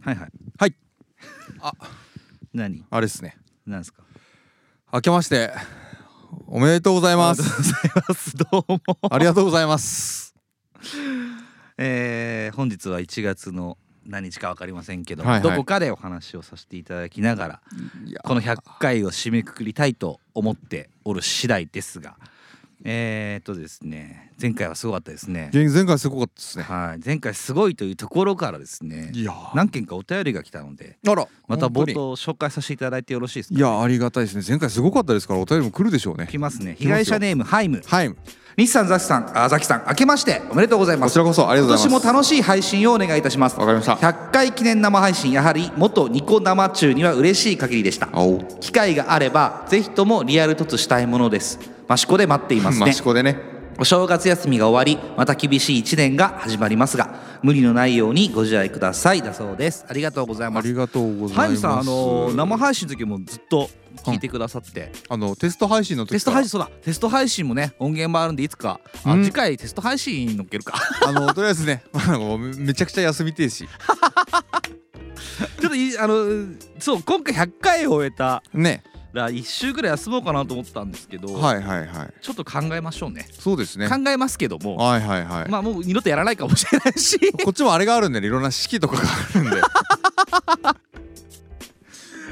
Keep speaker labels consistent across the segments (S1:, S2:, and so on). S1: はいはい
S2: はい
S1: あ何
S2: あれですね
S1: なんですか
S2: 明けましておめでとうござい
S1: あ
S2: ま
S1: りがとうご
S2: す
S1: ざいます どうも
S2: ありがとうございます
S1: えー本日は1月の何日か分かりませんけど、
S2: はいはい
S1: どこかでお話をさせていただきながら
S2: いや
S1: この100回を締めくくりたいと思っておる次第ですがえー、っとですね前回はすごかったですね、
S2: 前前回すごかったですね
S1: はい、前回すごいというところからですね
S2: いや
S1: 何件かお便りが来たので
S2: あら
S1: また冒
S2: 本当に
S1: 頭紹介させていただいてよろしいですか
S2: いやありがたいですね前回すごかったですからお便りも来るでしょうね
S1: 来ますね
S2: 来
S1: 被
S2: ますよ
S1: 害者ネームハイム
S2: はいこ
S1: 西さんザキさんあザキさん明けましておめでとうございます
S2: ちらこそありがとう
S1: 今
S2: ござ
S1: 年
S2: い
S1: も
S2: ます
S1: 楽しい配信をお願いいたします
S2: わかりました
S1: 100回記念生配信やはり元ニコ生中には嬉しい限りでした
S2: あお
S1: 機会があればぜひともリアル突したいものですマシコで待っています ね
S2: マシコでね
S1: お正月休みが終わりまた厳しい1年が始まりますが無理のないようにご自愛くださいだそうですありがとうござい
S2: あ
S1: ます
S2: りがとうござ
S1: ハ
S2: い
S1: イム
S2: ます
S1: さんあの生配信の時もずっと聞いてくださって、
S2: あのテスト配信の時
S1: テスト配
S2: 信
S1: 信そうだテスト配信もね音源もあるんでいつか、あ
S2: うん
S1: 次回テスト配信乗っけるか
S2: あのとりあえずね まあなんかもうめめちゃくちゃ休みてえし
S1: ちょっといあのそう今回100回を終えた
S2: ね
S1: ら1週ぐらい休もうかなと思ったんですけど、
S2: はいはいはい
S1: ちょっと考えましょうね
S2: そうですねは
S1: 考えますけども、
S2: いはいはい
S1: まあもう二度とやらないかもしれないし
S2: こっちもあれがあるんでねいろんな式とかがあるんで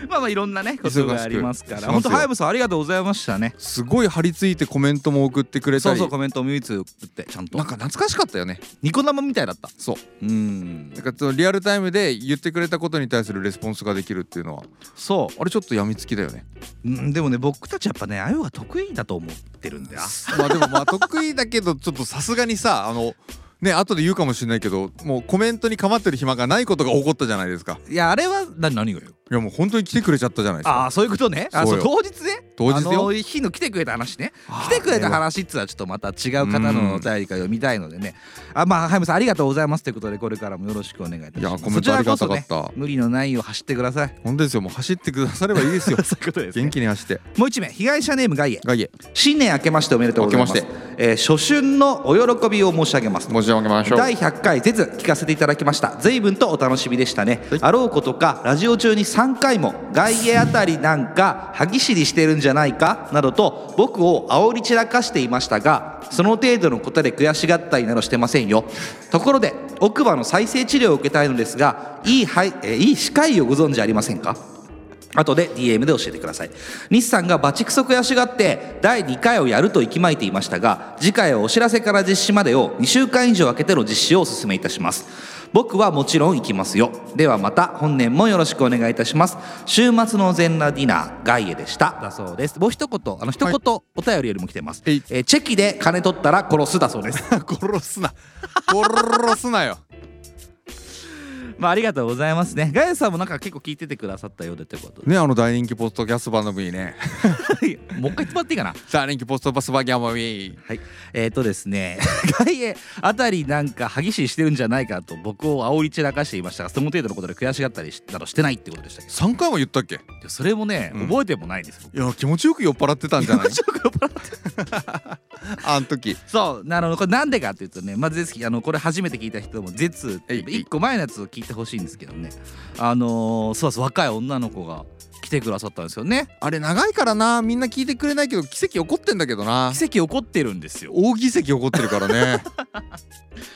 S1: まあまあいろんなねことがありますか
S2: 忙し
S1: ら
S2: く
S1: 本当
S2: しますよ
S1: ハイムさんありがとうございましたね
S2: すごい張り付いてコメントも送ってくれた
S1: そう
S2: り
S1: そうコメントを唯一打ってちゃんと
S2: なんか懐かしかったよね
S1: ニコ生みたいだった
S2: そう
S1: うん
S2: なんかそのリアルタイムで言ってくれたことに対するレスポンスができるっていうのは
S1: そ
S2: あれちょっとやみつきだよね
S1: う、うん、でもね僕たちやっぱねああいうのが得意だと思ってるんだよ
S2: まあでもまあ得意だけどちょっとさすがにさあのね後で言うかもしれないけどもうコメントに構ってる暇がないことが起こったじゃないですか
S1: いやあれは何何がよ
S2: いやもう本当に来てくれちゃったじゃないですか
S1: ああそういうことねあ
S2: そ
S1: そうう
S2: よ
S1: 当日ね
S2: 当日よ
S1: あの日の来てくれた話ね
S2: あー
S1: 来てくれた話っつうのはちょっとまた違う方のお便りが読みたいのでねあまあハイムさんありがとうございますということでこれからもよろしくお願いいたし
S2: いや
S1: ます
S2: コメントありがたかっ
S1: そちらこそ
S2: た
S1: ね無理のないよう走ってください
S2: 本当ですよもう走ってくださればいいですよ
S1: そういうことですね
S2: 元気に走って
S1: もう一名被害者ネームガイエ
S2: ガイエ
S1: 新年明けましておめでとうございます
S2: 明けま
S1: えー初春のお喜びを申し上げます
S2: 申し上げましょう
S1: 第100回ぜず聞かせていただきました随分とお楽しみでしたね、あろうことかラジオ中に3回も外野あたりなんか歯ぎしりしてるんじゃないかなどと僕を煽り散らかしていましたがその程度のことで悔しがったりなどしてませんよところで奥歯の再生治療を受けたいのですがいい,、はいえーいい歯科医をご存知ありませんか後で DM で教えてください西さんがバチクソ悔しがって第2回をやると息巻いていましたが次回はお知らせから実施までを2週間以上空けての実施をお勧めいたします僕はもちろん行きますよではまた本年もよろしくお願いいたします週末の全裸ディナーガイエでしただそうですもう一言あの一言
S2: はい
S1: お便りよりも来てます、
S2: えい
S1: えーチェキで金取ったら殺すだそうです
S2: 殺すな殺すなよ
S1: まあありがとうございますねガイエさんもなんか結構聞いててくださったようでということで
S2: ねあの大人気ポストキャスト番 組ね
S1: もう一回つま っていいかな
S2: 大人気ポストバスバギャマミ
S1: はい、えっ、ー、とですね 外へあたりなんか歯ぎしりしてるんじゃないかと僕を煽り散らかしていましたがその程度のことで悔しがったりしなどしてないってことでしたけど
S2: 3回も言ったっけ
S1: いやそれもね、
S2: うん
S1: 覚えてもないです僕
S2: いや気持ちよく酔っ払ってたんじゃない あん時
S1: そうなのこれなんでかっていうとねまずぜひあのこれ初めて聞いた人も「絶」って
S2: えい
S1: 1個前のやつを聞いてほしいんですけどねあのーそうです若い女の子が来てくださったんですよね
S2: あれ長いからなみんな聞いてくれないけど奇跡起こってんだけどな
S1: 奇跡起こってるんですよ
S2: 大奇跡起こってるからね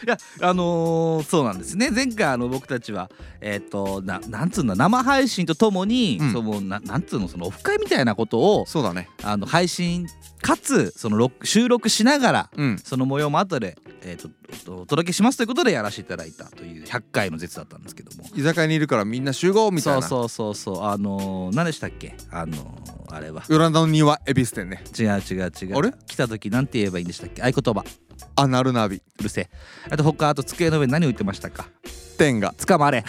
S1: いやあのーそうなんですね前回あの僕たちはえっ、とななんつうの生配信とともに、
S2: うん
S1: そのななんつうのそのオフ会みたいなことを
S2: そうだね
S1: あの配信かつその録収録しながら
S2: うん
S1: その模様も後で、えー、とおお届けしますということでやらせていただいたという100回の絶だったんですけども
S2: 居酒屋にいるからみんな集合みた
S1: そう
S2: いな
S1: そうそうそうあのー何でしたっけあのーあれは
S2: 裏の庭恵比寿店ね
S1: 違う違う違う
S2: あれ
S1: 来た時なんて言えばいいんでしたっけ合言葉
S2: アナルナビ
S1: うるせえあと他あと机の上に何置いてましたか
S2: 店が
S1: 捕 まれ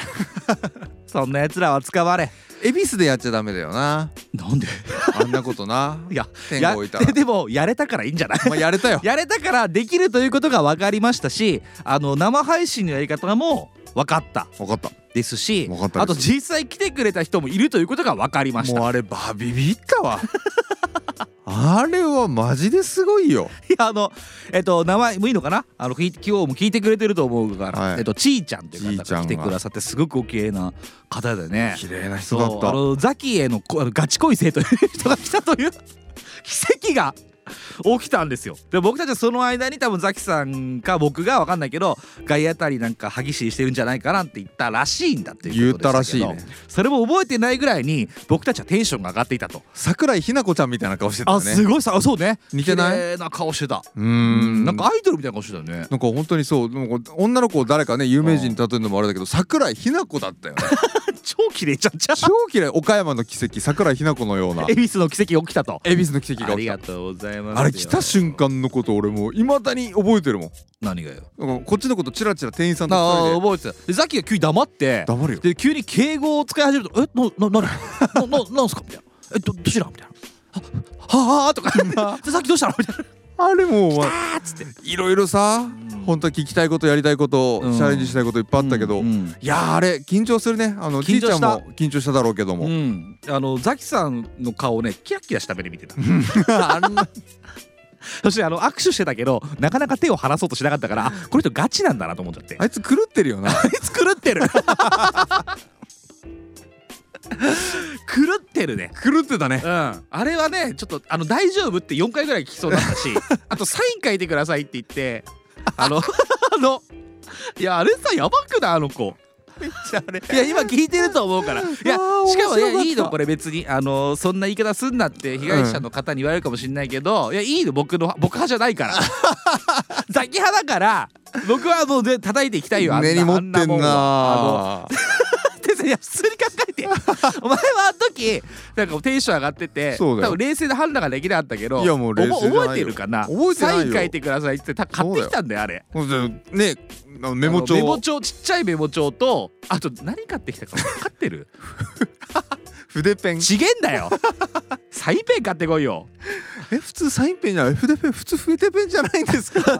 S1: そんな奴らは捕まれ
S2: 恵比寿でやっちゃダメだよな
S1: なんで
S2: あんなこと な
S1: いや
S2: 天
S1: や
S2: が置いたら
S1: でもやれたからいいんじゃない
S2: まあやれたよ
S1: やれたからできるということが分かりましたしあの生配信のやり方も分かった
S2: 分かった
S1: ですし
S2: 分かったです
S1: あと実際来てくれた人もいるということが分かりまし
S2: もう
S1: た
S2: あれバビビったわ あれはマジですごいよ
S1: いやあのえっと名前もいいのかなあの聞い今日も聞いてくれてると思うから、
S2: はい
S1: えっとちーちゃんという
S2: ちーち
S1: 方が
S2: ゃん
S1: 来
S2: が
S1: てくださってすごくお綺麗な方でね
S2: 綺麗な人だ
S1: そう
S2: っ
S1: あ
S2: た
S1: のザキへのこあのガチ恋生という人が来たという 奇跡が起きたんですよで僕たちはその間に多分ザキさんか僕が分かんないけど外野あたりなんか歯ぎしりしてるんじゃないかなって言ったらしいんだっていうことでしたけど
S2: 言ったらしいね
S1: それも覚えてないぐらいに僕たちはテンションが上がっていたと、
S2: 桜井日奈子ちゃんみたいな顔してた
S1: あ
S2: よ
S1: す
S2: ね
S1: ごいさあそうね
S2: 似てない
S1: 綺麗な顔してた
S2: うーん
S1: なんかアイドルみたいな顔してたよね
S2: なんか本当にそうなんか女の子を誰かね有名人に例えるのもあれだけど桜井日奈子だった よね
S1: 超綺麗じゃんじゃ
S2: 超綺麗岡山の奇跡桜井日奈子のような
S1: あ恵比寿の奇跡起きたと
S2: 恵比寿の奇跡
S1: あ
S2: が
S1: り
S2: 起き
S1: が
S2: た
S1: とうございます
S2: あれ来た瞬間のこと俺もういまだに覚えてるもん
S1: 何がよ
S2: なんかこっちのことチラチラ店員さんと二
S1: ああ
S2: 人で
S1: 覚えてたでザキが急に黙って
S2: 黙るよ
S1: で急に敬語を使い始めると「えなななな ななんすか?」みたいな「えどどちら?」みたいな「はははあ」とか「でザキどうしたの?」みたいな
S2: あれもうお
S1: 「
S2: 前
S1: あ」っつって
S2: いろいろさ本当は聞きたいことやりたいこと
S1: うん
S2: チャレンジしたいこといっぱいあったけど、
S1: うんうん
S2: いやーあれ緊張するねあのじ
S1: 緊張した
S2: いちゃんも緊張しただろうけども、
S1: うんあのザキさんの顔をねキラキラした目で見てた
S2: あん な
S1: そしてあの握手してたけどなかなか手を離そうとしなかったからあこの人ガチなんだなと思っちゃって
S2: あいつ狂ってるよな
S1: 狂ってる狂ってるね
S2: 狂ってたね
S1: うん、あれはねちょっとあの大丈夫って4回ぐらい聞きそうだった しあとサイン書いてくださいって言ってあのあのいやあれさやばくないあの子いや今聞いてると思うからいや
S2: あー
S1: しかもい
S2: 面白か
S1: や
S2: った
S1: いいのこれ別にあのそんな言い方すんなって被害者の方に言われるかもしれないけど、いやいいの僕の僕派じゃないからザキ派だから僕はもうで叩いていきたいよあんな
S2: 根に持っ
S1: あんな
S2: て
S1: も
S2: ん
S1: んはあの
S2: なあ
S1: でさいや普通に考え てお前はあの時なんかテンション上がってて
S2: そうだよ
S1: 多分冷静な判断ができなかったけど
S2: いやもう冷静じゃない
S1: おぼ
S2: よ
S1: 覚えてるかな
S2: 覚えてないよ
S1: サイン書いてくださいってた買ってきたんだよあれ
S2: ねあのメモ帳
S1: あのメモ帳ちっちゃいメモ帳とあと何買ってきたか分かって る
S2: 筆ペン
S1: ちげんだよサインペン買ってこいよ
S2: え普通サインペンじゃない筆ペン普通筆ペンじゃないんで すか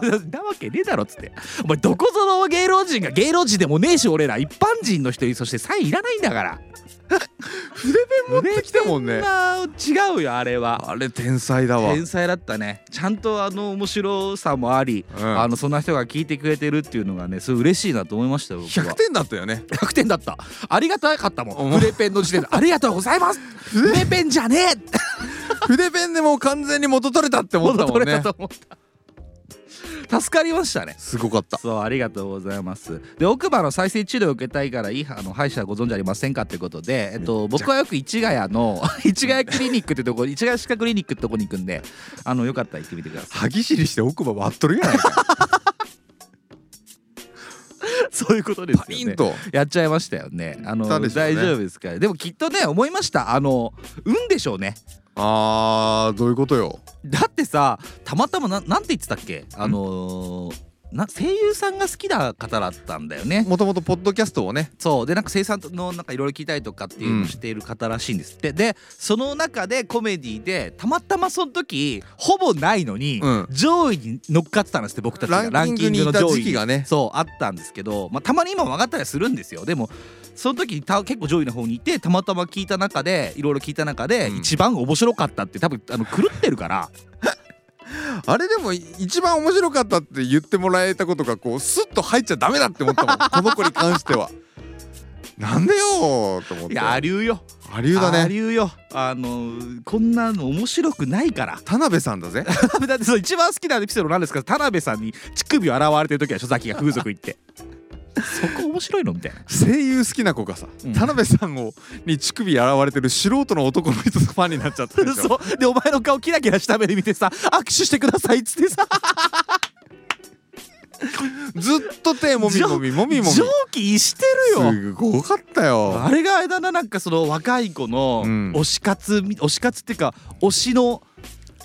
S1: なわけねえだろっつってお前どこぞの芸能人が芸能人でもねえし俺ら一般人の人にそしてサインいらないんだから
S2: 筆ペン持ってきたもんね
S1: まあ違うよあれは
S2: あれ天才だわ
S1: 天才だったねちゃんとあの面白さもあり、
S2: うん
S1: あのそんな人が聞いてくれてるっていうのがねすごい嬉しいなと思いましたよ僕は
S2: 100点だったよね
S1: 100点だったありがたかったもん
S2: うん
S1: 筆ペンの時点で「ありがとうございます筆ペンじゃねえ!」って
S2: 筆ペンでもう完全に元取れたって思ったもん
S1: 取れた
S2: ね
S1: と思った助かりましたね
S2: すごかった
S1: そうありがとうございますで奥歯の再生治療を受けたいからいいあの歯医者ご存知ありませんかということで、えっと、僕はよく市ヶ谷の 市ヶ谷クリニックってとこ市ヶ谷歯科クリニックってとこに行くんであのよかったら行ってみてください
S2: 歯ぎしりして奥歯割っとるやないか
S1: そう いうことで
S2: パリンと
S1: やっちゃいましたよね。あの、
S2: 言ったでしょう
S1: 大
S2: ね
S1: 丈夫ですから。でもきっとね思いました。あの運でしょうね。
S2: あーどういうことよ
S1: だってさたまたまななんて言ってたっけあのーな声優さんが好きな方だったんだよね。
S2: もともとポッドキャストをね
S1: そうでなんか声優さんのなんかいろいろ聞いたりとかっていうのをしている方らしいんですって、でその中でコメディでたまたまその時ほぼないのに、
S2: うん
S1: 上位に乗っかってたんですって僕たちが
S2: ランキングにいた時期がね
S1: そうあったんですけど、まあ、たまに今も上がったりするんですよでもその時にた結構上位の方にいてたまたま聞いた中でいろいろ聞いた中で、
S2: うん
S1: 一番面白かったって多分あの狂ってるから
S2: あれでも一番面白かったって言ってもらえたことがこうスッと入っちゃダメだって思ったもんこの子に関し てはなんでよーと思っ
S1: い
S2: て
S1: やありゅうよ
S2: ありゅうだ
S1: あ
S2: ね
S1: りゅうよあのこんなの面白くないから
S2: 田辺さんだぜ
S1: だってその一番好きなエピソードなんですか田辺さんに乳首を洗われてる時は書崎が風俗行ってそこ面白いのみたいな
S2: 声優好きな子がさ、
S1: うん
S2: 田辺さんをに乳首洗われてる素人の男の人のファンになっちゃったでしょ
S1: 嘘でお前の顔キラキラした目で見てさ握手してくださいっつってさ
S2: ずっと手もみもみもみもみ
S1: 上気してるよ
S2: すごかったよ
S1: あれがあれだななんかその若い子の
S2: うん
S1: 推し活み、推し活っていうか推しの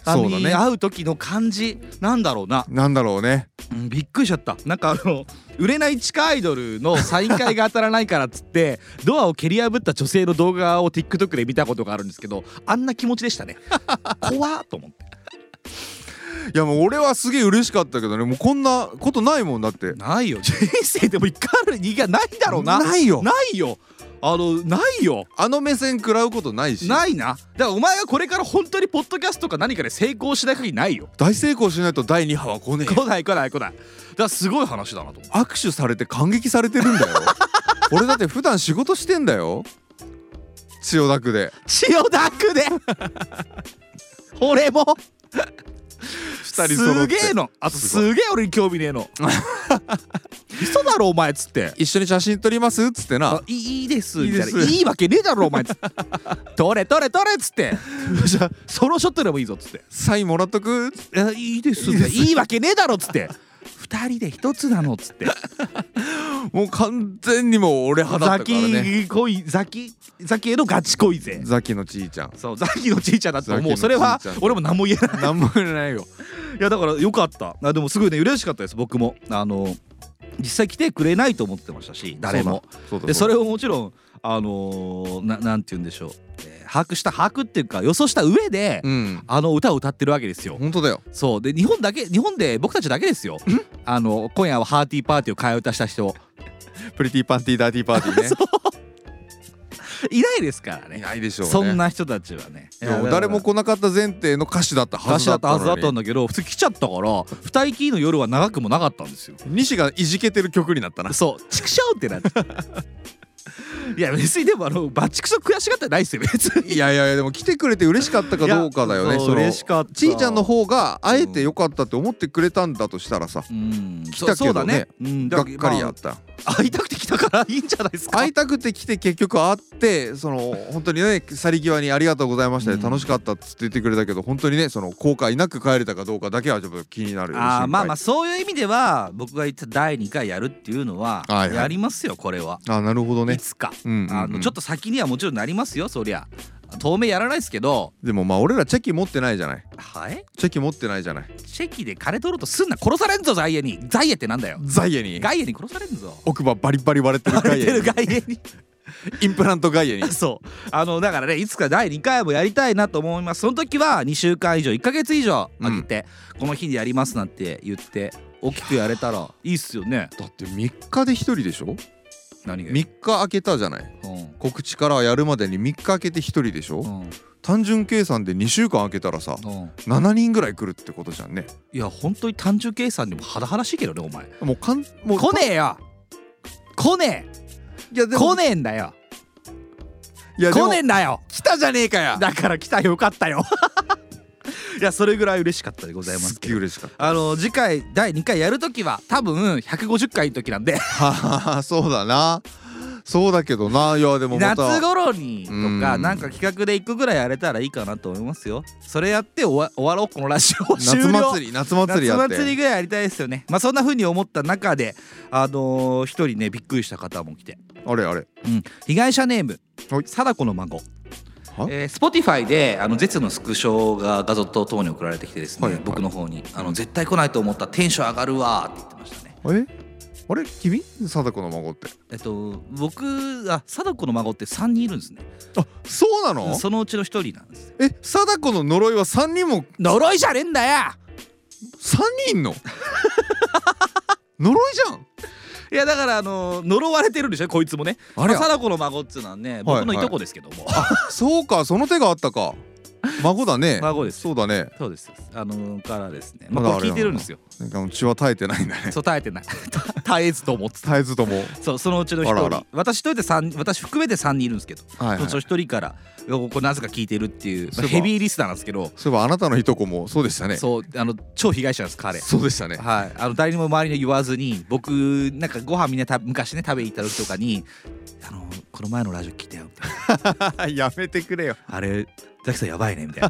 S1: あ
S2: そうだ
S1: に
S2: ね
S1: 会う時の感じなんだろうな、
S2: なんだろうね
S1: うんびっくりしちゃったなんかあの売れない地下アイドルのサイン会が当たらないからっつって ドアを蹴り破った女性の動画を TikTok で見たことがあるんですけどあんな気持ちで したね怖っと思って
S2: いやもう俺はすげえ嬉しかったけどねもうこんなことないもんだって
S1: ないよ人生でも一回ある人間ないんだろうな
S2: ないよ
S1: ないよあのないよ
S2: あの目線食らうことないし
S1: ないなだからお前がこれから本当にポッドキャストか何かで成功しない限りないよ
S2: 大成功しないと第2波は来ねえ
S1: 来
S2: よ
S1: ない来ない来ないだからすごい話だなと思
S2: 握手されて感激されてるん だよ俺だって普段仕事してんだよ千代田区で
S1: う千代田区 で俺も
S2: 2人揃
S1: す
S2: っ
S1: げ
S2: て
S1: えのあと
S2: すごい
S1: すげえ俺に興味ねえ の嘘だろお前っつって
S2: 一緒に写真撮りますっつって
S1: あ
S2: ない
S1: いいいです
S2: い
S1: み
S2: いで
S1: た
S2: す
S1: いないいわけねえだろお前っつって 取れ取れ取れっつってじゃあソロショットでもいいぞっつって
S2: サインもらっとく
S1: いやいいですいいいいわけねえだろっつって二人で一つなのっつ って
S2: もう完全にもう俺派だっ
S1: ザ
S2: たからね
S1: キ恋ザキザキへのガチ恋ぜ
S2: ザキのちいちゃん
S1: そうザキのちいちゃんだって
S2: ザキの
S1: もうそれは
S2: ちいちゃん
S1: 俺も何も言えない
S2: なんも言えないよ
S1: いやだからよかったあでもすごいね嬉しかったです僕もあの実際来てくれないと思ってましたし誰も
S2: そうだ
S1: でそ
S2: れ
S1: れをもちろんあのーななんて言うんでしょう、えー把握した把握っていうか予想した上で、
S2: うん
S1: あの歌を歌ってるわけですよ。
S2: 本当だよ
S1: そうで日本だけ日本で僕たちだけですよ。あの今夜はハーティーパーティーを替え歌した人
S2: プリティパンティーダーティーパーテ ィーね
S1: いないですからね。
S2: いないでしょうね
S1: そんな人たちはね。
S2: いや誰も来なかった前提の歌手だったは
S1: 歌
S2: ず
S1: 手
S2: だ
S1: だったたは
S2: っのに
S1: ずだったんだけど普通来ちゃったから二人きりの夜は長くもなかったんですよ。
S2: 西がいじけてる曲になったな
S1: そう畜生ってなって。 いや別にでもあのバチクソ悔しがってないですよ別に。
S2: いやいやいやでも来てくれて嬉しかったかどうかだよね
S1: いやそう
S2: の
S1: 嬉しかった
S2: ちいちゃんの方があえて良かったって思ってくれたんだとしたらさ
S1: うん、来
S2: たけどね
S1: そうだね、うん、だ
S2: がっかりやった、
S1: まあ会いたくて来たからいいんじゃないですか
S2: 会いたくて来て結局会ってそ の本当にね去り際に「ありがとうございましたで
S1: うん
S2: 楽しかった」っつって言ってくれたけど本当にねその後悔なく帰れたかどうかだけはちょっと気になるよね
S1: あー
S2: 心配
S1: まあまあそういう意味では僕が言った第2回やるっていうのは
S2: はいはい
S1: やりますよこれは、
S2: あーなるほど
S1: い
S2: ね、
S1: つか、
S2: うんうんうん
S1: あのちょっと先にはもちろんなりますよそりゃ当面やらないですけど
S2: でもまあ俺らチェキ持ってないじゃない
S1: はい
S2: チェキ持ってないじゃない
S1: チェキで金取ろうとすんな殺されんぞザイエにザイエってなんだよ
S2: ザイエに
S1: ガイエに殺されんぞ
S2: 奥歯バリバリ割れてるガ
S1: 割れ
S2: イ
S1: て
S2: エ
S1: る
S2: に
S1: ガイエに
S2: インプラントガイエ に
S1: そうあのだからねいつか第2回もやりたいなと思いますその時は2週間以上1ヶ月以上空けて、この日でやりますなんて言って大きくやれたらいいっすよね
S2: だって3日で1人でしょ
S1: 何が、
S2: 3日空けたじゃない
S1: うん
S2: 告知からやるまでに3日空けて1人でしょ、
S1: うん
S2: 単純計算で2週間空けたらさ
S1: うん、
S2: 7人ぐらい来るってことじゃんね
S1: いや本当に単純計算でも肌らしいけどねお前
S2: もうかんもう
S1: 来ねえよ来ね
S2: いや
S1: え
S2: でも
S1: 来ねえんだよ
S2: いやで
S1: 来
S2: も
S1: ねえんだよ
S2: 来たじゃねえかや
S1: だから来たよよかったよ いやそれぐらい嬉しかったでございます
S2: っ
S1: す
S2: げえ嬉しかっ
S1: あの次回第2回やるときは多分150回の時なんで
S2: たはあ そうだなそうだけどないやでもまた
S1: 夏頃にと
S2: うん
S1: かなんか企画で一個ぐらいやれたらいいかなと思いますよそれやって終わ終わろうこのラジオ終
S2: 夏
S1: 了
S2: 祭り夏祭りやって
S1: 夏祭りぐらいやりたいですよねまあそんな風に思った中であのー一人ねびっくりした方も来て、
S2: あれあれ
S1: うん、被害者ネーム
S2: はい
S1: 貞子の孫
S2: は
S1: えー、Spotify であの絶のスクショが画像とともに送られてきてですね、
S2: はいはい
S1: 僕の方にあの「絶対来ないと思ったテンション上がるわ」って言ってましたね
S2: えあれ君貞子の孫って
S1: えっと僕あ貞子の孫って3人いるんですね
S2: あそうなの
S1: そのうちの一人なんです
S2: え貞子の呪いは3人も
S1: 呪いじゃねえんだよ
S2: 3人いんの 呪いじゃん
S1: いやだからあの呪われてるんでしょこいつもね
S2: あれ
S1: ま貞子の孫っつうのはね僕のいとこですけども、
S2: そうかその手があったか孫だね
S1: 孫です
S2: そうだね
S1: そうですあのからですねま
S2: まだ
S1: あ
S2: あ
S1: こ
S2: れ
S1: れ聞
S2: な
S1: いてる
S2: の
S1: んですよ
S2: なんか血は耐えてないんだね
S1: そう耐えてない耐えずと思ってた
S2: 絶えずとも
S1: そうそのうちの一
S2: あら
S1: 人
S2: あら
S1: 私一人で三私含めて3人いるんですけど、
S2: はい、はい、
S1: そ
S2: そう
S1: の
S2: い
S1: 一人からいやこれなぜか聞いてるっていう、まあ
S2: そういえば
S1: ヘビーリスナーなんですけど、
S2: えばあなたのいとこもそうでしたね
S1: そうあの超被害者なんです彼
S2: そうでしたね
S1: はい、あの誰にも周りに言わずに僕なんかご飯みんなた昔ね食べに行った時とかに「あのこの前のラジオ聞いたよ」みたいな
S2: やめてくれよ
S1: あれザキさんやばいね」みたい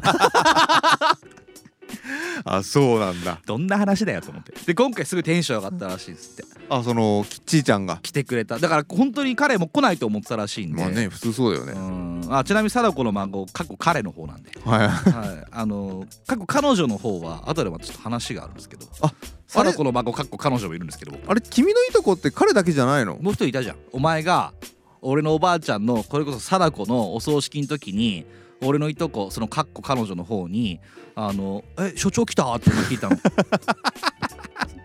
S1: な
S2: あそうなんだ
S1: どんな話だよと思ってで今回すごいテンション上がったらしいですって
S2: あそのきちーちゃんが
S1: 来てくれただから本当に彼も来ないと思ってたらしいんで、
S2: まあね普通そうだよ
S1: う
S2: ね、
S1: んあちなみに貞子の孫過去彼の方なんで、
S2: はい
S1: はい、あの過去彼女の方は後でまたちょっと話があるんですけど
S2: あ
S1: 貞子の孫過去彼女もいるんですけど
S2: あれ君のいとこって彼だけじゃないの
S1: もう一人いたじゃんお前が俺のおばあちゃんのこれこそ貞子のお葬式の時に俺のいとこそのかっこ彼女の方に「あの え所長来た?」って聞いたの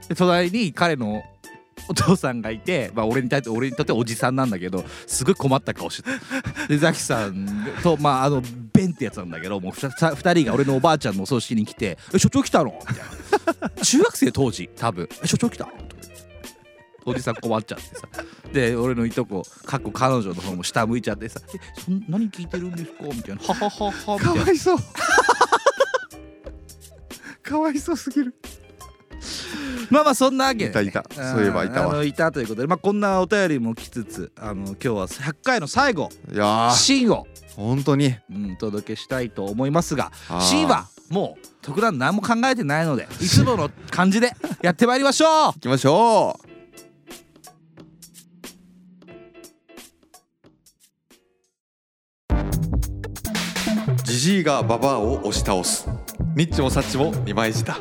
S1: で隣に彼のお父さんがいて、まあ、俺に対して俺にとっておじさんなんだけどすごい困った顔してたでザキさんと、まあ、あのベンってやつなんだけどもう2人が俺のおばあちゃんのお葬式に来て「え所長来たの?」みたいな 中学生当時多分「え所長来た?」とか言っておじさん困っちゃってさで俺のいとこかっこ彼女の方も下向いちゃってさ「えそん何聞いてるんですか?」みたい な「はははは」みた
S2: か
S1: いな
S2: わいそう かわいそうすぎる
S1: まあまあそんなわけで、ね、
S2: いたいた
S1: ん
S2: そういえばいたわ
S1: あのいたということでまあこんなお便りも来つつあの今日は100回の最後
S2: いやー
S1: シーンを、
S2: 本当に
S1: うん、お届けしたいと思いますが
S2: あー
S1: シーンはもう特段何も考えてないのでいつもの感じでやってまいりましょう
S2: 行きましょうジジイがババアを押し倒すニッチもサッチも二枚舌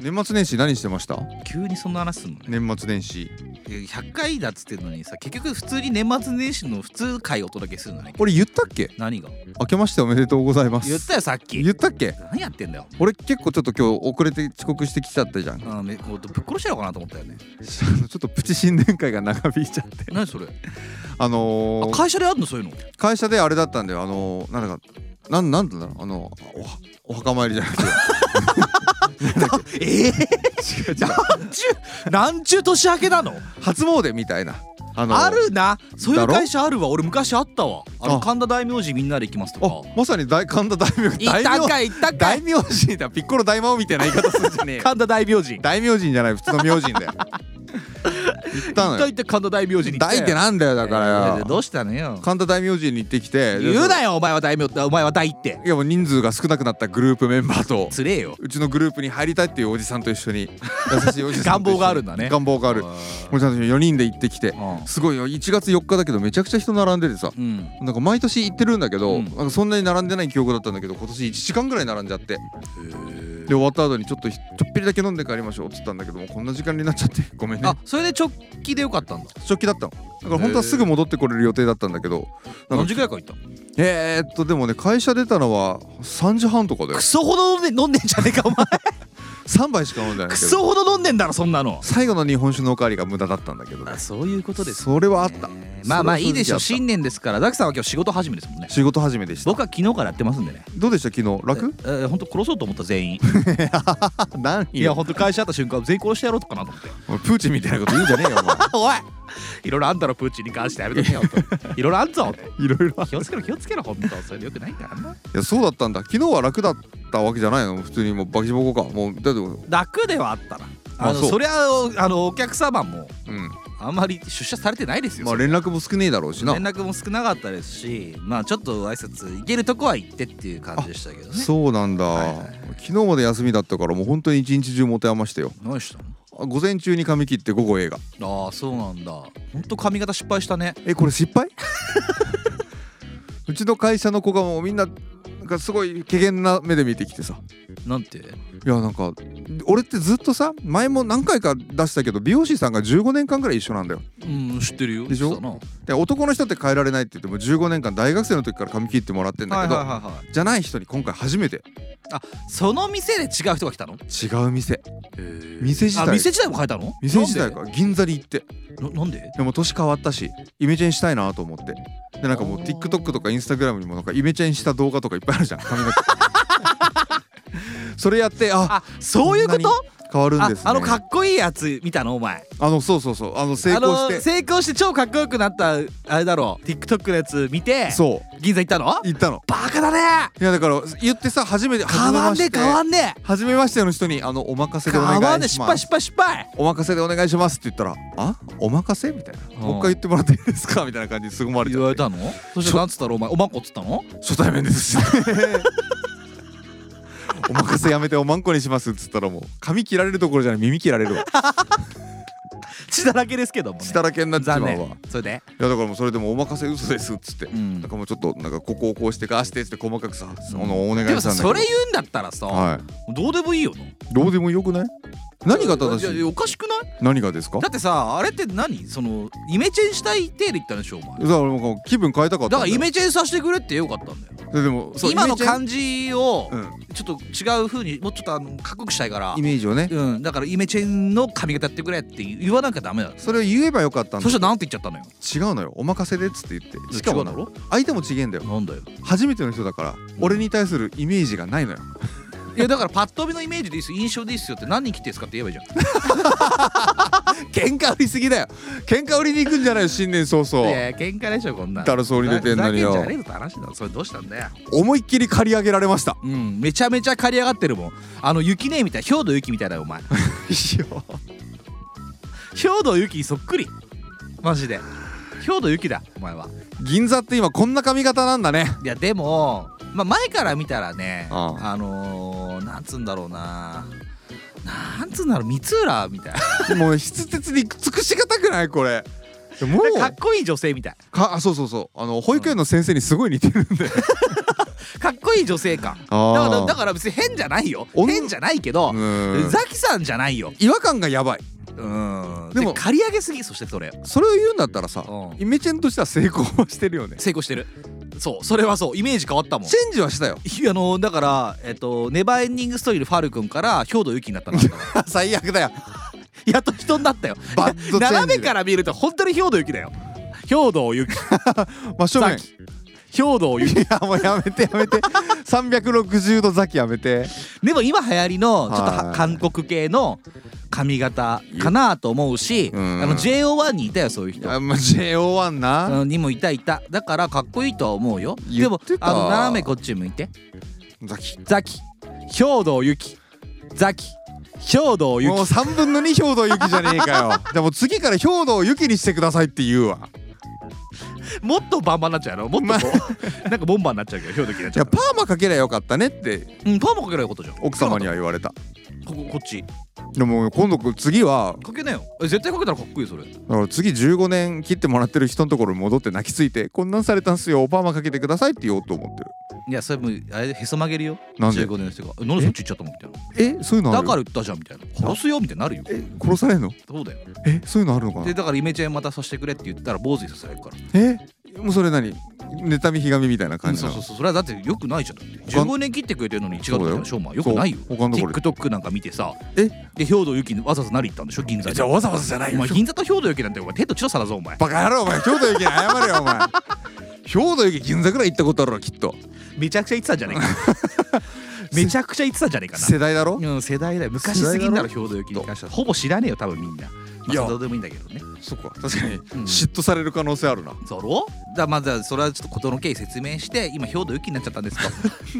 S2: 年末年始何してました
S1: 急にそんな話すんのね
S2: 年末年始
S1: 100回だっつってんのにさ結局普通に年末年始の普通回お届けするのね
S2: 俺言ったっけ
S1: 何が
S2: 明けましておめでとうございます
S1: 言ったよさっき
S2: 言ったっけ
S1: 何やってんだよ
S2: 俺結構ちょっと今日遅れて遅刻してきちゃったじゃん ちょ
S1: あのめもうぶっ殺してやろうかなと思ったよね
S2: っとプチ新年会が長引いちゃっ て
S1: 何それ
S2: あの
S1: あ
S2: ー、
S1: 会社であんのそういうの
S2: 会社であれだったんだよあのー、なんだかなんなんだろうあのおお墓参りじゃなく て
S1: ええ
S2: 違う違う
S1: なんちゅう、なんちゅう年明けなの。
S2: 初詣みたいなあのー
S1: あるな。そういう
S2: だろ
S1: 会社あるわ。俺昔あったわ。あの
S2: あ
S1: 神田大明神みんなで行きますと
S2: あ
S1: か。
S2: まさに大神田大名
S1: 行っ
S2: 大
S1: た
S2: 名
S1: かい行ったか
S2: 大
S1: い。
S2: 名人だピッコロ大魔王みたいな言い方するじゃねえよ
S1: 神田大明神。
S2: 大名人じゃない普通の名人だよ行った
S1: 行
S2: の
S1: った行
S2: よ
S1: った神田大明神に行った
S2: 大
S1: よ。
S2: ってなんだよだから
S1: えー
S2: よ
S1: どうしたのよ。
S2: 神田大名人に行ってきてで
S1: 言うなよお前は大名ってお前は大って。
S2: いやもう人数が少なくなったグループメンバーと
S1: つれえよ。
S2: うちのグループに入りたいっていうおじさんと一緒に優しいおじさんと一
S1: 願望
S2: 緒に
S1: があるんだね
S2: 願望があるおじさんと4人で行ってきて
S1: うん
S2: すごいよ1月4日だけどめちゃくちゃ人並んでてさ
S1: うん。
S2: なんか毎年行ってるんだけど、
S1: うん
S2: なんかそんなに並んでない記憶だったんだけど今年1時間ぐらい並んじゃってで終わった後にちょっとひちょっぴりだけ飲んで帰りましょうっつったんだけどもうこんな時間になっちゃって ごめんね
S1: あ、それで直帰でよかったんだ。
S2: 食器だったのだから本当はすぐ戻ってこれる予定だったんだけどなんか
S1: 何時ぐらいから行ったの。
S2: えー、っとでもね会社出たのは3時半とかだよ
S1: クソほど飲んで飲んでんじゃねえかお前。
S2: 3杯しか飲んでないん
S1: ク
S2: だけど
S1: ソほど飲んでんだろそんなの。
S2: 最後の日本酒のおかわりが無駄だったんだけどね
S1: あ、そういうことです。
S2: それはあった
S1: まあまあいいでしょう
S2: それ
S1: 新年ですからザキさんは今日仕事始めですもんね
S2: 仕事始めでした
S1: 僕は昨日からやってますんでね
S2: どうでした昨日楽
S1: えー、本当殺そうと思った全員
S2: 何
S1: いや本当会社あった瞬間全員殺してやろうとかなと思って
S2: おいプーチンみたいなこと言うんじゃねえよお前
S1: おいいろいろあんだろプーチンに関してやめとけよ とい ろいろあんぞ
S2: いろいろ
S1: 気をつ けろ気をつけろ本当それでよくないからない
S2: やそうだったんだ昨日は楽だったわけじゃないの普通にもうバキボコかもうだってう
S1: 楽ではあったなあの
S2: あ
S1: そ
S2: そう
S1: りゃあのお客様も
S2: ん
S1: あんまり出社されてないですよ、
S2: まあ連絡も少ねえだろうしな
S1: 連絡も少なかったですしまあちょっと挨拶行けるとこは行ってっていう感じでしたけどね
S2: そうなんだ、
S1: はいはい
S2: 昨日まで休みだったからもう本当に一日中持て余してよ
S1: 何した
S2: あ午前中に髪切って午後映画
S1: のああそうなんだ本当髪型失敗したね
S2: えこれ 失敗うちの会社の子がもうみんななんかすごい怪げな目で見てきてさ
S1: なんて
S2: いやなんか俺ってずっとさ前も何回か出したけど美容師さんが15年間ぐらい一緒なんだよ
S1: うん知ってるよ
S2: でしょ
S1: 言ってたな
S2: で男の人って変えられないって言っても15年間大学生の時から髪切ってもらってんだ
S1: はい
S2: け
S1: は
S2: ど、
S1: いはいはい
S2: じゃない人に今回初めて
S1: その店で違う人が来たの
S2: 違う店店自体
S1: あ店自体も変えたの
S2: 店自体から銀座に行って
S1: なんでななんで
S2: でも年変わったしイメチェンしたいなと思ってでなんかもう
S1: あー
S2: TikTok とか Instagram にもなんかイメチェンした動画とかいっぱいあるじゃん髪の毛 それやってあ
S1: あそういうこ
S2: んな
S1: と
S2: 変わるん
S1: あ
S2: ですね
S1: あのかっこいいやつ見たのお前
S2: あのそうそうそうあの成功
S1: あの
S2: して
S1: 成功して超かっこよくなったあれだろう TikTok のやつ見て
S2: そう
S1: 銀座行ったの
S2: 行ったの
S1: バカだね
S2: いやだから言ってさ初めて
S1: 変わんねえ変わ
S2: ん
S1: んねえ
S2: 初めましての人にあのお任せで
S1: 変
S2: お願いし
S1: わんね
S2: ま
S1: え
S2: す
S1: 失敗失敗失敗
S2: お任せでお願いしますって言ったらあお任せみたいなもう一回言ってもらっていいですかみたいな感じですぐまれち
S1: 言
S2: ゃ
S1: わ
S2: っ
S1: れ
S2: て
S1: たのそしたらなんつったのお前おまんこっつったの
S2: 初対面です お任せやめておまんこにしますっつったらもう髪切られるところじゃない耳切ら れるわ
S1: 血だらけですけどもね
S2: 血だらけになっちまう
S1: 残
S2: わい
S1: 念それで
S2: やだからもうそれでもお任せ嘘ですっつって、
S1: ん
S2: なんかもうちょっとなんかここをこうしてかあしてっつって細かくさ、そのお願い
S1: でも
S2: した
S1: さ
S2: んだけど
S1: それ言うんだったらさ
S2: は
S1: どうでもいいよない
S2: どうでもよくない何が正し
S1: い
S2: い
S1: やおかしくない
S2: 何がですか
S1: だってさあれって何そのイメチェンしたい体で言ったんでしょお前
S2: だからもう気分変えたかっ
S1: だ
S2: たん
S1: から
S2: よ
S1: イメチェンさせてくれってよかったんだよ
S2: ででもそう
S1: 今の
S2: イメージ
S1: 感じを
S2: うん
S1: ちょっと違う風にもうちょっとあのかっこよくしたいから
S2: イメージをね
S1: うんだからイメチェンの髪型やってくれって言わなきゃダメだ
S2: それを言えばよかったんだ
S1: そしたらなんて言っちゃったのよ
S2: 違うのよお任せでっつって言ってしか
S1: 違
S2: も
S1: うだろ
S2: 相手も違えんだよ
S1: なんだよ
S2: 初めての人だから俺に対するイメージがないのよ
S1: いやだからパッと見のイメージでいいです印象でいいですよって何人来てですかって言えばいいじ
S2: 喧嘩売りすぎだよ喧嘩売りに行くんじゃないよ新年早
S1: ゃん
S2: 々
S1: いや喧嘩でしょこんな
S2: だから総理出てんのによ
S1: ふざけんじゃねえぞって話だろそれどうしたんだよ
S2: 思いっきり借り上げられました
S1: うんめちゃめちゃ刈り上がってるもんあの雪ねえみたい兵道雪みたいだ よお前兵道雪にそっくりマジで兵道雪だお前は
S2: 銀座って今こんな髪型なんだね
S1: いやでも、まあ、前から見たらね
S2: あ
S1: あ
S2: あ
S1: のー、なんつうんだろうななんつうんだろう三浦みたい
S2: もう筆舌に尽くしがたくないこれもう
S1: なかっこいい女性みたい
S2: かあそうそうそうあの保育園の先生にすごい似てるんで、
S1: かっこいい女性感だ
S2: あ
S1: か
S2: あ
S1: らだから別に変じゃないよ
S2: 女
S1: 変じゃないけど
S2: うん
S1: ザキさんじゃないよ
S2: 違和感がやばい
S1: うん
S2: で
S1: で
S2: も
S1: も借り上げすぎそしてそれ
S2: それを言うんだったらさ、
S1: うん
S2: イメチェンとしては成功はしてるよね
S1: 成功してるそうそれはそうイメージ変わったもん
S2: チェンジはしたよ
S1: いやあのだから、えっと、ネバーエンディングストーリーのファル君から兵道由紀になったの
S2: 最悪だよ
S1: やっと人になったよ
S2: バッドチェンジで
S1: 斜めから見ると本当に兵道由紀だよ兵道由紀
S2: 真正面
S1: ザ兵道由紀
S2: いやもうやめてや めて360度ザキやめて
S1: でも今流行りのちょっとは
S2: はい
S1: 韓国系の髪型かなと思うし、
S2: うん
S1: あの JO1 にいたよそういう人
S2: あまあ JO1 な、
S1: うんにもいたいただからかっこいいとは思うよ
S2: 言
S1: で
S2: っ
S1: も
S2: てた
S1: あの斜めこっち向いて
S2: ザキ
S1: ザキ兵道由紀ザキ兵道由
S2: もう
S1: 紀
S2: 3分の2兵道ゆきじゃねえか よじゃあもう次から兵道ゆきにしてくださいって言うわ
S1: もっとバンバンになっちゃうのもっとこう なんかボンバンになっちゃうけど兵道由紀になっち
S2: じ
S1: ゃ
S2: ゃ
S1: う
S2: あパーマかけりゃよかったねって
S1: うんパーマかけろよことじゃん
S2: 奥様には言われた
S1: こここっち
S2: でも今度次は
S1: かけなよえ絶対かけたらかっこいいよそれ
S2: だから次15年切ってもらってる人のところに戻って泣きついてこんなんされたんすよパーマかけてくださいって言おうと思ってる
S1: いやそれもうあれへそ曲げるよ
S2: なんで
S1: 15年の人がえなんでそっち行っちゃったのみたいな
S2: えそういうのあ
S1: だ
S2: る
S1: から言ったじゃんみたいな殺すよみたいになるよ
S2: え殺されんの
S1: そうだよ
S2: えそういうのあるのか
S1: で
S2: な
S1: だからイメチェンまたさせてくれって言ったら坊主にさせられるから
S2: えもうそれ何妬みひがみみたいな
S1: う
S2: 感
S1: ん
S2: じ
S1: そ
S2: な
S1: う
S2: の
S1: そうそうそれはだってよくないじゃん
S2: 他
S1: 15年切ってくれてるのに違うって
S2: そうだよ
S1: よしょうまよくないよ
S2: そう他のところ
S1: TikTok なんか見てさ
S2: え
S1: で兵道由紀わざわざ成り行ったんでしょ銀座に
S2: じゃあわざわざじゃない
S1: お
S2: よ
S1: 前銀座と兵道由紀なんてお前手と血の差だぞお前
S2: バカ野郎お前兵道ゆきに謝れよ お前兵道ゆき銀座ぐらい行ったことあるわきっと
S1: めちゃくちゃ言ってたんじゃねえか めちゃくちゃ言ってたんじゃねえかな
S2: 世代だろ
S1: うん、世代だよ昔すぎんだろ兵道由紀に関してはほぼ知らねえよ多分みんな、ま
S2: い
S1: あ、
S2: や
S1: どうでもいいんだけどね
S2: そっか確かに
S1: ん
S2: 嫉妬される可能性あるな
S1: そろだまあじゃあそれはちょっと事の経緯説明して今兵道由紀になっちゃったんです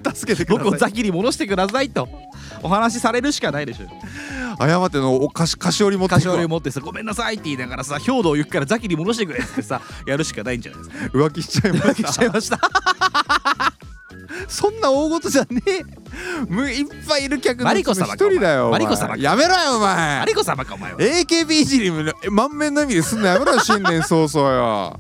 S1: と
S2: 助けてく
S1: 僕を
S2: ださい
S1: ザキに戻してくださいとお話しされるしかないでしょ
S2: 謝ってのお菓子菓子折り持って
S1: 菓
S2: く
S1: 子
S2: わ
S1: 折り持ってさ「ごめんなさい」って言いながらさ兵道由紀からザキに戻してくれってさやるしかないんじゃないですか
S2: 浮気しちゃいま
S1: 浮気し
S2: し
S1: たちゃいま した
S2: そんな大事じゃねえ。むいっぱいいる客のうちの
S1: マリコ様か
S2: 一人だよ。お前
S1: マリコ様か
S2: やめろよお前
S1: マリ。コ様かお前は
S2: AKB いじりむ満面の笑みですんのやめろよ新年早 々よ。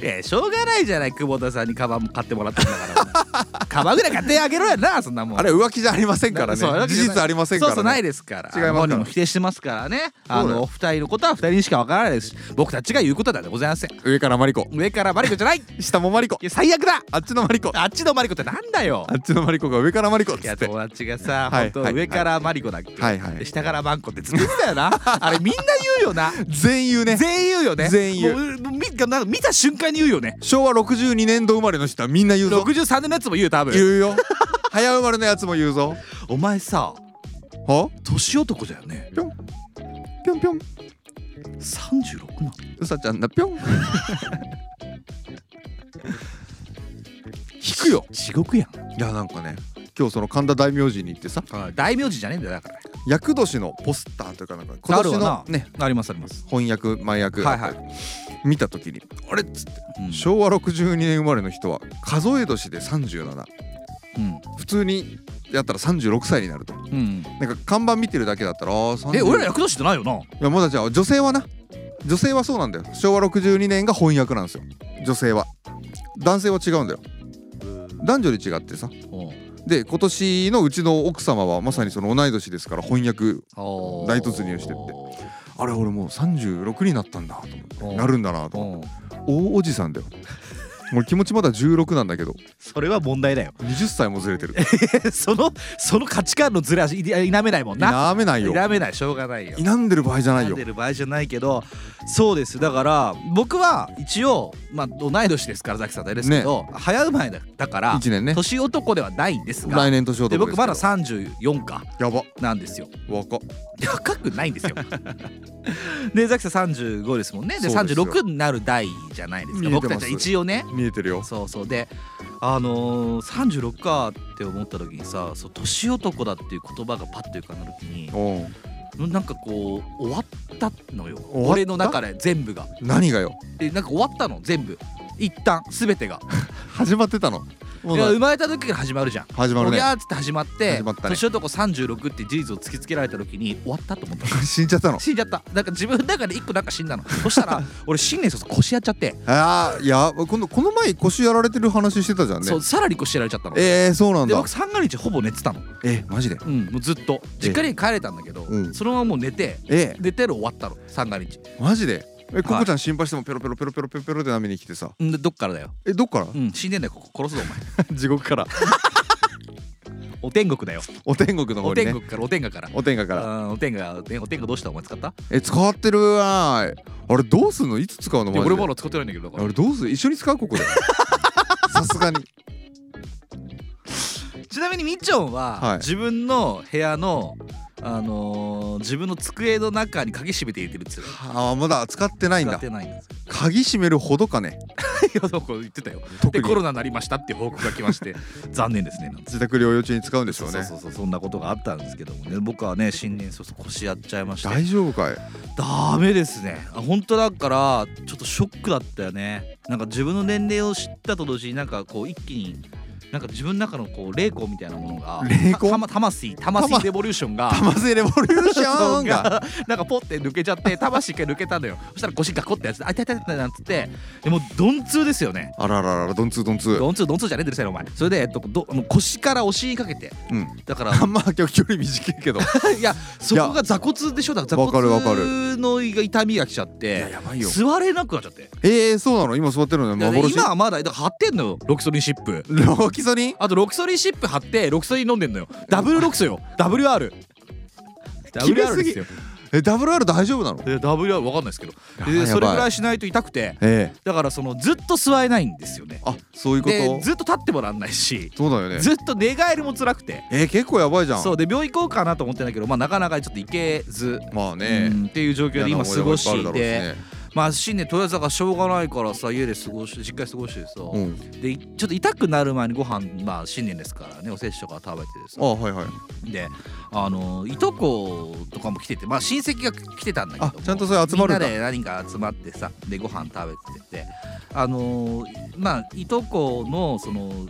S1: ええしょうが ないじゃない久保田さんにカバンも買ってもらったんだから カバンぐらい買ってあげろやなそんなもん
S2: あれ浮気じゃありません
S1: だ
S2: からね。
S1: そう
S2: 事実ありませんからね。
S1: そうそうないですから
S2: 違いますから
S1: 本人も否定してますからねあ
S2: そうだよ
S1: のお二人のことは二人にしかわからないですし僕たちが言うことなんでございません
S2: 上からマリコ、
S1: 上からマリコ じゃないい
S2: 下もマリコ、
S1: や最悪だ
S2: あっちのマリコ、あ
S1: あっちのマリコってなんだよ
S2: っちのマリコが上からマリコっ
S1: い
S2: つっ
S1: や
S2: て。
S1: 友達がさ、
S2: はい
S1: 本当
S2: はい
S1: 上からマリコだっけ、
S2: はいはい
S1: 下からマンコってずっと言ってた よなあれみんな言うよな
S2: 全員言うね。
S1: 全員言うよね
S2: 全員言う
S1: もうもう見なんか見た瞬間に言うよね
S2: 昭和62年度生まれの人はみんな言うぞ。
S1: 63年のやつも言うよ多
S2: 言
S1: 分
S2: うよ。早生まれのやつも言うぞ。
S1: お前さ
S2: は？
S1: 年男だよね
S2: ぴょんぴょんぴょん。
S1: 36なの
S2: うさちゃんだぴょ ん。引くよ。
S1: 地獄やん
S2: いやなんかね今日その神田大名人に行ってさ
S1: 大名字じゃねえんだよだから
S2: 厄年のポスターというかなんか
S1: あ
S2: 今
S1: る
S2: 年
S1: わ
S2: の
S1: な
S2: ね
S1: ありますあります
S2: 翻訳前訳
S1: はいはい
S2: あって見た時にあれっつって
S1: うん
S2: 昭和62年生まれの人は数え年で37
S1: うん
S2: 普通にやったら36歳になると
S1: うん
S2: なんか看板見てるだけだったらああ
S1: え俺ら
S2: い
S1: 役年ってないよな
S2: やまだじゃあ女性はな女性はそうなんだよ昭和62年が翻訳なんですよ女性は男性は違うんだよ男女で違ってさ
S1: うん
S2: で今年のうちの奥様はまさにその同い年ですから翻訳大突入してってあれ俺もう36になったんだと思っ
S1: お
S2: て
S1: う
S2: なるんだなと思
S1: うん
S2: って大おじさんだよ俺気持ちまだ16なんだけど
S1: それは問題だよ
S2: 20歳もずれてる
S1: そのその価値観のズレは否否めないもん な
S2: なめないよ
S1: 否めないしょうがないよ
S2: 否んでる場合じゃない
S1: 悩ん
S2: よ
S1: でる場合じゃないけどそうですだから僕は一応、まあ、同い年ですからザキさんとあれですけど、早生まれだだから
S2: 1年ね
S1: 年男ではないんですが
S2: 来年年男
S1: で
S2: ですけど
S1: 僕まだ34か
S2: やば
S1: なんですよ
S2: 若
S1: 若くないん ですよでザキさん35ですもんねで
S2: そうですよ
S1: 36になる代じゃないですか
S2: 見えて
S1: 僕
S2: ます
S1: たちは一応ね
S2: 見えてるよ
S1: そうそうであのー、36かって思った時にさそう年男だっていう言葉がパッと浮かんだ時に
S2: おう
S1: なんかこう終わったのよ
S2: わった
S1: 俺の中で全部が
S2: 何がよ
S1: えなんか終わったの全部一旦全てが
S2: 始まってたのもう
S1: いや
S2: な
S1: 生まれた時から始まるじゃん
S2: 始まる
S1: お
S2: ね
S1: ぎゃーっつって始まって
S2: 始まったね
S1: 年男36って事実を突きつけられた時に終わったと思った
S2: 死んじゃったの
S1: 死んじゃったなんか自分の中で一個なんか死んだのそした ら俺新年早々腰やっちゃって、
S2: あーいやこのこの前腰やられてる話してたじゃんね
S1: そうさらに腰やられちゃったので
S2: えー、そうなんだ
S1: 僕三が日ほぼ寝てたの、
S2: えマジで
S1: うん、もうずっと実家に帰れたんだけど、
S2: うん
S1: そのままもう寝て
S2: え
S1: 寝てる終わったの三が日
S2: マジでえココちゃん心配してもペロペロペロペロペロペロで舐めに来てさ
S1: んでどっからだよ、
S2: えどっから
S1: うん、死んでんだよここ殺すぞお前
S2: 地獄から
S1: お天国だよ
S2: お天国の
S1: お
S2: 方に
S1: 天
S2: ね
S1: 国からお天下から
S2: お天下から
S1: あーお天下ねお天下どうしたお前使った
S2: え使ってるわーいあれどうすんのいつ使うの
S1: いや
S2: マジ
S1: 俺
S2: で
S1: まだ使ってないんだけどだから
S2: あれどうする一緒に使うここで さすがに
S1: ちなみにみっちょんは、
S2: はい
S1: 自分の部屋の、あのー自分の机の中に鍵閉めて入れてるっつうの
S2: ああまだ使ってないん
S1: 使
S2: だ
S1: ってないんですよ
S2: 鍵閉めるほどかね
S1: いやそうこう言ってたよ
S2: 特
S1: で
S2: に
S1: コロナになりましたっていう報告が来まして 残念ですねなんて
S2: 自宅療養中に使うんでしょうね
S1: そうそうそうそんなことがあったんですけどもね僕はね新年早々腰やっちゃいました
S2: 大丈夫かい
S1: ダメですねあ本当だからちょっとショックだったよねなんか自分の年齢を知ったと同時になんかこう一気になんか自分の中のこう霊魂みたいなものが
S2: 霊魂
S1: たま魂
S2: たま
S1: 魂レボリューションが
S2: 玉瀬レボリューションが
S1: が なんかポッて抜けちゃって魂一回抜けたのよそしたら腰ガコってやつあ痛い痛い痛いなんつってでもう鈍痛ですよね
S2: あららららドンツードンツー
S1: 鈍痛鈍痛じゃねえでるせいお前それで、えっと、どあの腰からお尻にかけて
S2: うん
S1: だから
S2: あんま今日距離短 いけど
S1: いやそこが座骨でしょだから
S2: わかる
S1: 座
S2: わかる
S1: 骨の痛みが来ちゃって
S2: ばい
S1: 座れなくなっちゃって
S2: えー、そうなの今座ってるの
S1: いや
S2: 幻
S1: 今はまだだから貼ってんのよロキソニンシップ
S2: ロキソニン
S1: あとロキソニンシップ貼ってロキソニン飲んでんのよダブルロキソよ WR
S2: 決め
S1: WR
S2: す
S1: で
S2: ぎ
S1: す よ
S2: え WR 大丈夫なの
S1: で WR わかんないですけど
S2: やば
S1: で
S2: い
S1: それぐらいしないと痛くて
S2: ええ
S1: だからそのずっと座れないんですよね
S2: あそういうこ
S1: で
S2: と
S1: ずっと立ってもらんないし
S2: そうだよね
S1: ずっと寝返りも辛くて
S2: えー、結構やばいじゃん
S1: そうで病院行こうかなと思ってんだけどまあなかなかちょっと行けず
S2: まあね
S1: うんっていう状況で今過ごしてい
S2: 嫌な
S1: てまあ新年とりあえずだからしょうがないからさ家で過ごして実家で過ごしてさ
S2: 思い出がいっぱいあるだろうし
S1: で
S2: ね
S1: ちょっと痛くなる前にご飯まあ新年ですからねお節とか食べてです
S2: うんあはいはい
S1: であのいとことかも来ててまあ親戚が来てたんだけども
S2: あちゃんとそれ集まる
S1: みんな
S2: んだ
S1: で何人か集まってさでご飯食べててあのまあいとこのそのうん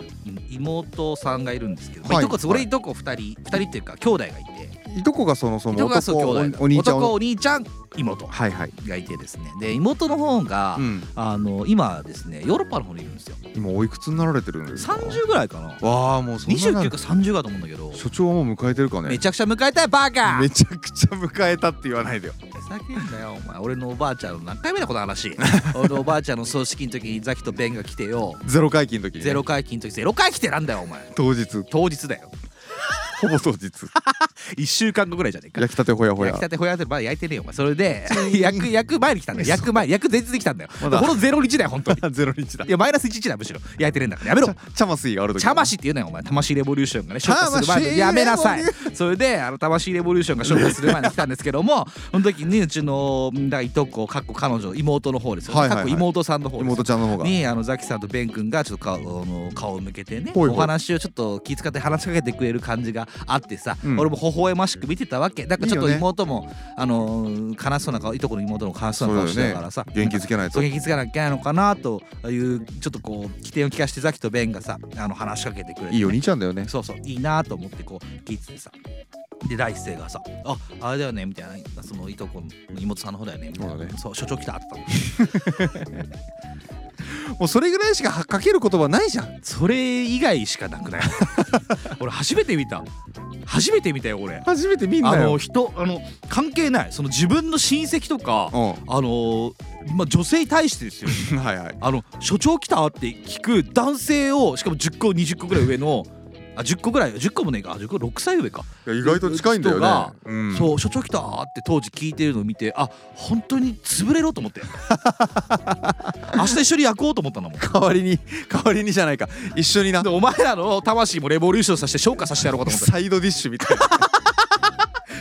S1: 妹さんがいるんですけど、まあ
S2: はい
S1: いとこ
S2: はい
S1: 俺いとこ2人2人っていうか兄弟がいて
S2: いとこがそのそ
S1: い
S2: の
S1: とこがそう
S2: 男
S1: 兄弟
S2: おお兄ちゃん
S1: 男
S2: を
S1: お兄ちゃん妹
S2: はいはい
S1: がいてですねで妹の方が、
S2: うん
S1: あの今ですねヨーロッパの方にいるんですよ
S2: 今おいくつになられてるんですか
S1: 30ぐらいかな
S2: わあもうそんなな
S1: 29か30かと思うんだけど
S2: 所長はもう迎えてるかね
S1: めちゃくちゃ迎えたよバカ
S2: めちゃくちゃ迎えたって言わないでよ
S1: 叫んだよお前俺のおばあちゃんの何回目だこの 話俺のおばあちゃんの葬式の時にザキとベンが来てよ
S2: ゼロ回帰の時にね
S1: ゼロ回帰の時ゼロ回帰ってなんだよお前
S2: 当日
S1: 当日だよ
S2: ほぼ当 日
S1: 1週間後ぐらいじゃねえか
S2: 焼きたてほやほや
S1: 焼きたてほやってまだ焼いてねえよお前それで焼く焼く前に来たんだよ焼く前焼く前日に来たんだよ
S2: まだ
S1: このゼロ日だよ本当に
S2: ゼロ日だ
S1: いやマイナス1日だよむしろ焼いてねえんだからやめろ
S2: チャマスイがある時
S1: 茶ましって言うなよお前魂レボリューシ ョンがね消化する前
S2: 魂
S1: にやめなさい
S2: レボ
S1: それであの魂レボリューションが消化する前に来たんですけども その時にうちのんだいとこかっこ彼女妹の方ですよ、
S2: はいはいはい
S1: かっこ妹さんの方です
S2: 妹ちゃんの方が
S1: にあのザキさんとベン君がちょっと顔あの顔を向けてね
S2: ほいほい
S1: お話をちょっと気遣って話しかけてくれる感じがあってさ、
S2: うん
S1: 俺も微笑ましく見てたわけだからちょっ
S2: いい
S1: と
S2: よね
S1: 妹もあの悲しそうな顔いとこの妹も悲しそうな顔してたからさ、
S2: 元気づけないと
S1: 狙撃つかなきゃいけないのかなというちょっとこう起点を聞かしてザキとベンがさあの話しかけてくれて
S2: いいお兄ちゃんだよね
S1: そうそういいなと思ってこう聞いててさで第一声がさ「ああれだよね」みたいな「そのいとこの妹さんの方だよね」みたいな
S2: そうだね
S1: 所長来た」って言っ
S2: もうそれぐらいしかかける言葉ないじゃん
S1: それ以外しかなくない 俺初めて見た初めて見たよ俺
S2: 初めて見ん
S1: あ
S2: な
S1: の
S2: よ
S1: 人あの関係ないその自分の親戚とか
S2: うん
S1: あのまあ女性に対してですよ
S2: はいはい
S1: あの所長来たって聞く男性をしかも10個20個ぐらい上のあ10個ぐらい10個もねえか10個6歳上か、
S2: いや意外と近いんだよ
S1: 人が
S2: ね、うん、
S1: そう所長来たって当時聞いてるのを見てあ本当に潰れろと思って 明日一緒に焼こうと思ったのもん
S2: 代わりに代わりにじゃないか一緒にな
S1: でお前らの魂もレボリューションさせて昇華させてやろうかと思って
S2: サイドディッシュみたい な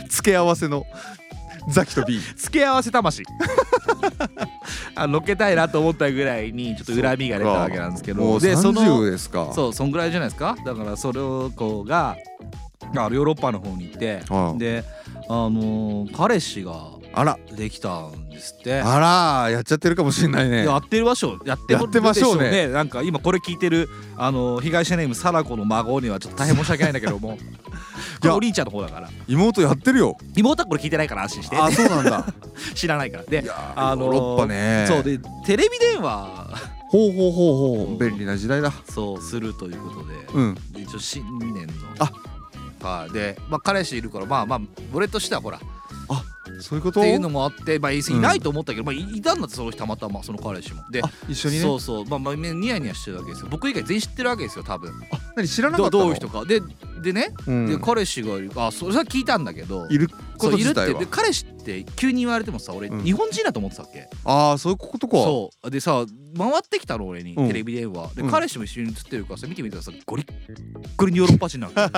S2: 付け合わせのザキと B
S1: 付け合わせ 魂あのけたいなと思ったぐらいにちょっと恨みが出たわけなんですけ
S2: もう
S1: どでその
S2: 30ですか
S1: そうそんぐらいじゃないですかだからそれをこうがあのヨーロッパの方に行って
S2: はい
S1: であのー彼氏が
S2: あら
S1: できたんですって
S2: あらやっちゃってるかもしれないね
S1: やってる場所やって
S2: やってましょうね
S1: るでしょなんか今これ聞いてるあの被害者ネームサラコの孫にはちょっと大変申し訳ないんだけど もこれお兄ちゃんの方だから
S2: 妹やってるよ
S1: 妹はこれ聞いてないから安心して
S2: あそうなんだ
S1: 知らないからで
S2: あ
S1: あ
S2: の
S1: のー
S2: ヨーロッパね
S1: そうでテレビ電話
S2: ほうほうほうほう便利な時代だ
S1: そうするということで、
S2: うん
S1: で一応新年の
S2: あ
S1: はいで、まあ、彼氏いるからまあまあ俺としてはほらっ
S2: そういうこと
S1: ていうのもあって、まあ、い
S2: ん
S1: ないと思ったけど、まあ、いいたんだってその日たまたまその彼氏もで
S2: あ一緒にね
S1: そうそうまあまあニヤニヤしてるわけですよ僕以外全員知ってるわけですよ多分
S2: 何知らなか
S1: ど
S2: っ
S1: う
S2: たの
S1: どういう人かででね、
S2: うん
S1: で彼氏がいるあそれは聞いたんだけど
S2: いるこ
S1: そう
S2: と
S1: いるっ
S2: 自
S1: て
S2: 体は
S1: で彼氏って急に言われてもさ俺、
S2: うん
S1: 日本人だと思ってたっけ
S2: ああそういうことか
S1: そうでさ回ってきたの俺に、
S2: うん
S1: テレビ電話で
S2: うん
S1: 彼氏も一緒に映ってるからさ見てみたらさゴリッゴリにヨーロッパ人な の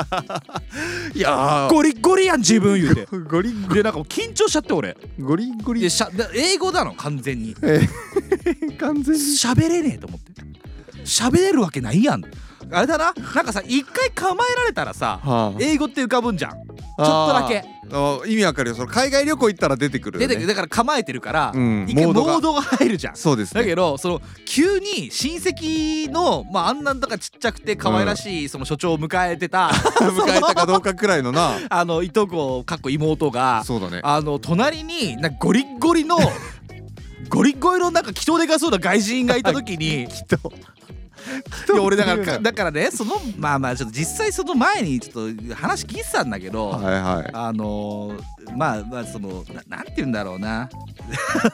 S2: いや
S1: ゴリッゴリやん自分言うて
S2: ーゴリ
S1: でなんかもう緊張しちゃって俺
S2: ゴリゴリ
S1: でしゃで英語なの完全に
S2: 完全に
S1: 喋れねえと思って喋れるわけないやんあれだななんかさ一回構えられたらさ
S2: は
S1: 英語って浮かぶんじゃんちょっとだけ
S2: あー意味わかるよその海外旅行行ったら出てくる
S1: 出
S2: よね
S1: てくるだから構えてるから、
S2: うん
S1: 一回
S2: モ
S1: モ
S2: ードが
S1: ードが入るじゃん
S2: そうです
S1: だ
S2: ね
S1: けどその急に親戚の、まあ、あんなんだかちっちゃくて可愛らしいその所長を迎えて た、
S2: 迎えたかどうかくらいのな
S1: あのいとこかっこ妹が
S2: そうだね
S1: あの隣になんかゴリッゴ リのゴリッゴリのなんか祈祷でかそうな外人がいた時 に
S2: と
S1: いや俺だから
S2: は
S1: かだからねそのまあまあちょっと実際その前にちょっと話聞いてたんだけど、
S2: いはい
S1: あのーまあまあそのななんて言うんだろうな あ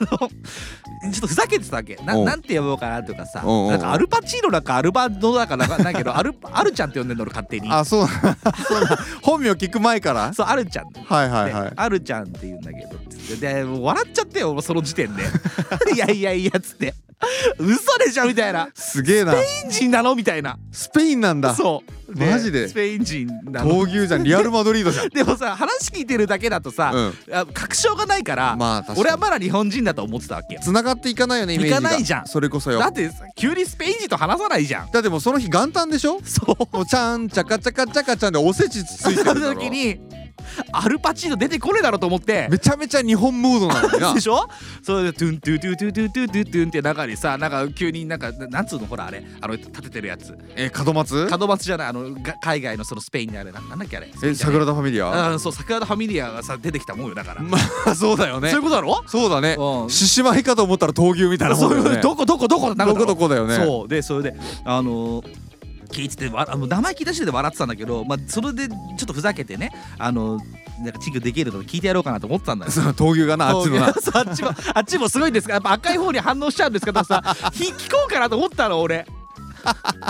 S1: のちょっとふざけてたわけな
S2: おう
S1: なんて呼ぼうかなとかさ
S2: おうおうおう
S1: なんかアルパチーノだかアルバドだかなんかないけどアルアルちゃんって呼んでんの俺勝手に
S2: あそう そうだ本名聞く前から
S1: そうアルちゃん
S2: はいはい
S1: で
S2: はい
S1: あるちゃんって言うんだけど」つってでもう笑っちゃってよ俺その時点で 「いやいやいや」っつって「嘘でしょ」みたいな
S2: すげえな
S1: 「スペイン人なの?」みたいな
S2: スペインなんだ
S1: そう
S2: マジで
S1: スペイン人なの
S2: 闘牛じゃんリアルマドリードじゃん
S1: でもさ話聞いてるだけだとさ、
S2: うん
S1: あ確証がないから、
S2: まあ確かに
S1: 俺はまだ日本人だと思ってたわけよ
S2: 繋がっていかないよねイメージが
S1: いかないじゃん
S2: それこそよ
S1: だ
S2: だ
S1: ってさ急にスペイン人と話さないじゃん
S2: ってもうその日元旦でしょ
S1: そう
S2: もうちゃんちゃかちゃかちゃかちゃんでおせちつついてる
S1: そ
S2: だろ
S1: の時にアルパチーノ出てこねえだろと思って
S2: めちゃめちゃ日本ムードなのにな
S1: でしょ それでトゥントゥントゥントゥントゥントゥントゥントゥンって中にさなんか急になんかななんつうのほらあれあの立ててるやつ
S2: えー門松
S1: 門松じゃないあのが海外のそのスペインにあれななんだっけあれ
S2: えサグラダ・ファミリア
S1: あそうサグラダ・ファミリアがさ出てきたもんよだから、
S2: まあそうだよ
S1: そう
S2: ね
S1: いうことだろ
S2: そうだね
S1: うん
S2: 獅子舞かと思ったら闘牛みたいなも
S1: そ
S2: ん
S1: うい
S2: だ
S1: うこと
S2: よね
S1: どこどこどこな
S2: どこどこだよね
S1: そうでそれであのー聞いててわあの名前聞いた時点で笑ってたんだけど、まあ、それでちょっとふざけてねあのなんかチンできるの聞いてやろうかなと思ってたんだよ
S2: その闘牛がなあっちのな
S1: そうあっちもあっちもすごいんですかやっぱ赤い方に反応しちゃうんですかとかさ ひ聞こうかなと思ったの俺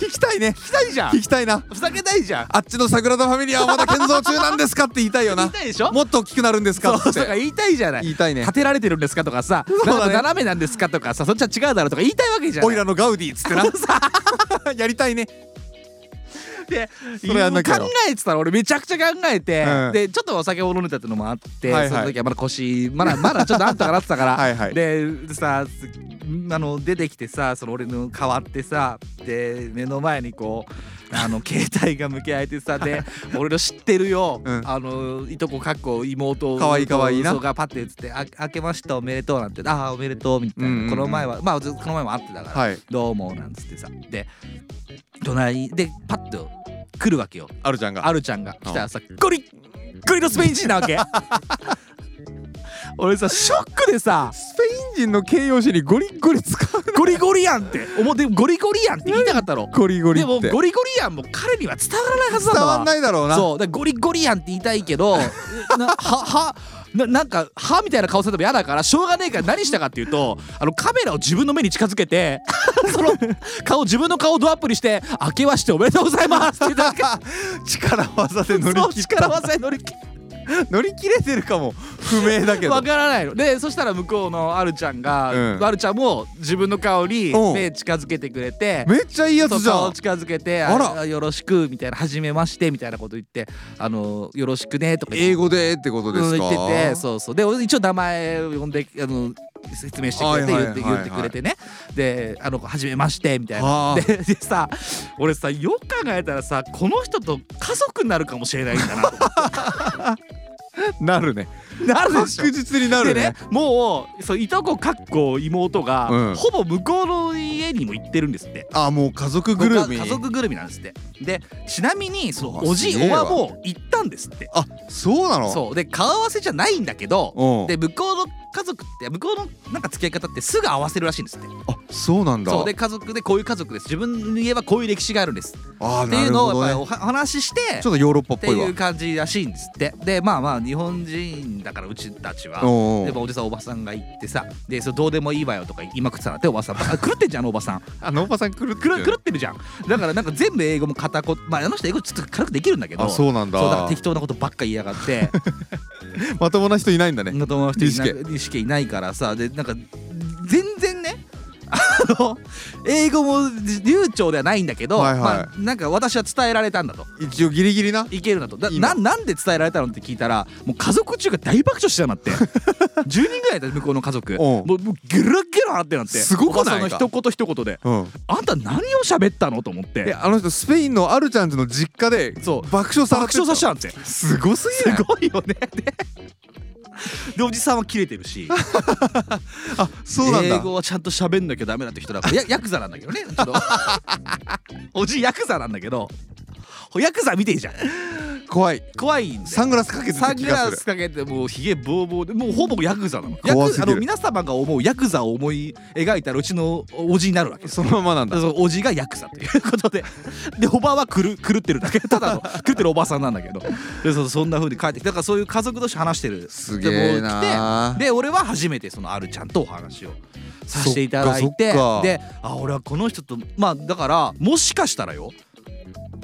S2: 聞きたいね
S1: 聞きたいじゃん
S2: 聞きたいな
S1: ふざけたいじゃん
S2: あっちのサグラダ・ファミリアはまだ建造中なんですかって言いたい よ
S1: 言い
S2: な
S1: たいでしょ
S2: もっと大きくなるんですか
S1: そ
S2: っ
S1: う
S2: つ
S1: そ
S2: っ
S1: うとか
S2: て
S1: 言いたいじゃない
S2: 言いたいね
S1: 立てられてるんですかとかさ、
S2: そうだね
S1: なんか斜めなんですかとかさそっちは違うだろうとか言いたいわけじゃん
S2: オイラのガウディっつ ってなやりたいね
S1: で
S2: それやんなきゃよ
S1: 考えてたら俺めちゃくちゃ考えて、
S2: うん
S1: でちょっとお酒を飲んでたってのもあって、
S2: はいはい
S1: その時はまだ腰まだまだちょっとあんたかなってたから
S2: はいはい
S1: でさあの出てきてさその俺の代わってさで目の前にこう。あの携帯が向けられてさ で俺の知ってるよ、
S2: うん
S1: あのいとこかっこ妹
S2: かわいいかわいいな
S1: そうがパッてつって「あ明けましておめでとう」なんて「ああおめでとう」みたいな、
S2: うんうんうん
S1: この前はまあずこの前も会ってたから、
S2: はい
S1: どうもなんつってさで隣でパッと来るわけよ
S2: あるちゃんが
S1: アルちゃんが来たらさゴリッゴリのスペイン人なわけ 俺さショックでさ
S2: スペイン人の形容詞にゴリゴリ使う
S1: ゴリゴリやんって思ってゴリゴリやんって言いたかったろ
S2: ゴリゴリ
S1: で
S2: っ
S1: も
S2: て
S1: ゴリゴリやんも彼には伝わらないはずなんだ
S2: 伝
S1: わ
S2: わんないだろうな
S1: そうだからゴリゴリやんって言いたいけ どなははななんか歯みたいな顔されても嫌だからしょうがねえから何したかっていうとあのカメラを自分の目に近づけ てその顔自分の顔をドアップにして「明けましておめでとうございます」って言っただ
S2: 力技
S1: け
S2: で乗り
S1: そう
S2: 切っ
S1: 力技に乗り切っ
S2: 乗り切れてるかも不明だけ
S1: て
S2: ど
S1: わからないのでそしたら向こうのあるちゃんが、
S2: うん
S1: あるちゃんも自分の顔に
S2: うん
S1: 目近づけてくれて
S2: めっちゃいいや
S1: そ
S2: つ
S1: う
S2: じゃ
S1: 顔
S2: ん
S1: を近づけて「
S2: あら
S1: あよろしく」みたいな「はじめまして」みたいなこと言って「あのよろしくね」とか言って
S2: 英語でってことですか
S1: うん言っててそうそうで俺一応名前を呼んであの説明してくれて
S2: はい
S1: 言っ
S2: はい
S1: て
S2: はい
S1: 言
S2: はい
S1: ってくれてねで「あの子初めまして」みたいな
S2: あ
S1: で
S2: ー
S1: でさ俺さよく考えたらさこの人と家族になるかもしれないん だな
S2: なるね
S1: なるでしょ
S2: 確実になる
S1: で
S2: ね
S1: ねもうそういとこかっこ妹が、
S2: うん
S1: ほぼ向こうの家にも行ってるんですって
S2: あもう家族ぐるみ
S1: 家族ぐるみなんですってでちなみにその
S2: うわ
S1: おじ
S2: すげ
S1: お
S2: えわ
S1: ばも行ったんですって
S2: あそうなの
S1: そうで顔合わせじゃないんだけど
S2: うん
S1: で向こうの家族って向こうのなんか付き合い方ってすぐ合わせるらしいんですって
S2: あそうなんだ
S1: そうで家族でこういう家族です自分の家はこういう歴史があるんですっ
S2: あー
S1: て
S2: ないる
S1: うの
S2: ほ
S1: を
S2: ど
S1: やっぱり
S2: ね
S1: おは話しして
S2: ちょっとヨーロッパっ
S1: って
S2: ぽいわ
S1: いう感じらしいんですってでまあまあ日本人だからうちたちは
S2: おうおう
S1: でもおじさんおばさんが行ってさでそれどうでもいいわよとか言いまくってたんだっておばさんあ狂ってんじゃんあのおばさん
S2: あのおばさん来るって
S1: 狂狂ってるじゃんだからなんか全部英語も片言まああの人英語ちょっと軽くできるんだけど
S2: あそうなん
S1: そうだから
S2: だ
S1: 適当なことばっか言いやがって
S2: まともな人いないんだね
S1: の友達いな
S2: リ
S1: く意識いないからさでなんか全然ね あの英語も流暢ではないんだけど、
S2: はいはい
S1: まあ、なんか私は伝えられたんだと
S2: 一応ギリギリない
S1: けるなとだ
S2: いいの
S1: ななんで伝えられたのって聞いたらもう家族中が大爆笑してたなって10 人ぐらいだよ向こうの家族
S2: ん
S1: もうもうゲラゲラ笑ってなって
S2: すごくないか
S1: おばさんの一言一言で
S2: うん
S1: 「あんた何を喋ったの?」と思っ
S2: え
S1: て
S2: あの人スペインのアルちゃんちの実家で
S1: そう
S2: 爆笑され
S1: 爆
S2: て
S1: 笑させ
S2: た
S1: たんですよ
S2: すごすぎない
S1: すごいよねででおじさんはキレてる し
S2: あそうなん
S1: 英
S2: だ
S1: 語はちゃんと喋んなきゃダメだって人だからやヤクザなんだけどねうち のおじいヤクザなんだけどヤクザ見ていいじゃん
S2: 怖い
S1: 怖いんで
S2: サングラスかけて
S1: サ
S2: た
S1: ン
S2: 気
S1: グ
S2: が
S1: ラ
S2: する
S1: スかけてもうひげぼうぼうでもうほぼヤクザなのヤ
S2: 怖
S1: ク
S2: す
S1: ザあ
S2: ぎる
S1: の皆様が思うヤクザを思い描いたらうちのおじになるわけです
S2: そのままなんだ
S1: そうおじがヤクザということ ででおばは狂狂ってるだけただの狂ってるおばさんなんだけどでそうそんな風に帰ってきてだからそういう家族同士話してる
S2: すげえ
S1: でもう来て
S2: な
S1: で俺は初めてそのあるちゃんとお話をさせていただいて
S2: そっかそっか
S1: であ俺はこの人とまあだからもしかしたらよ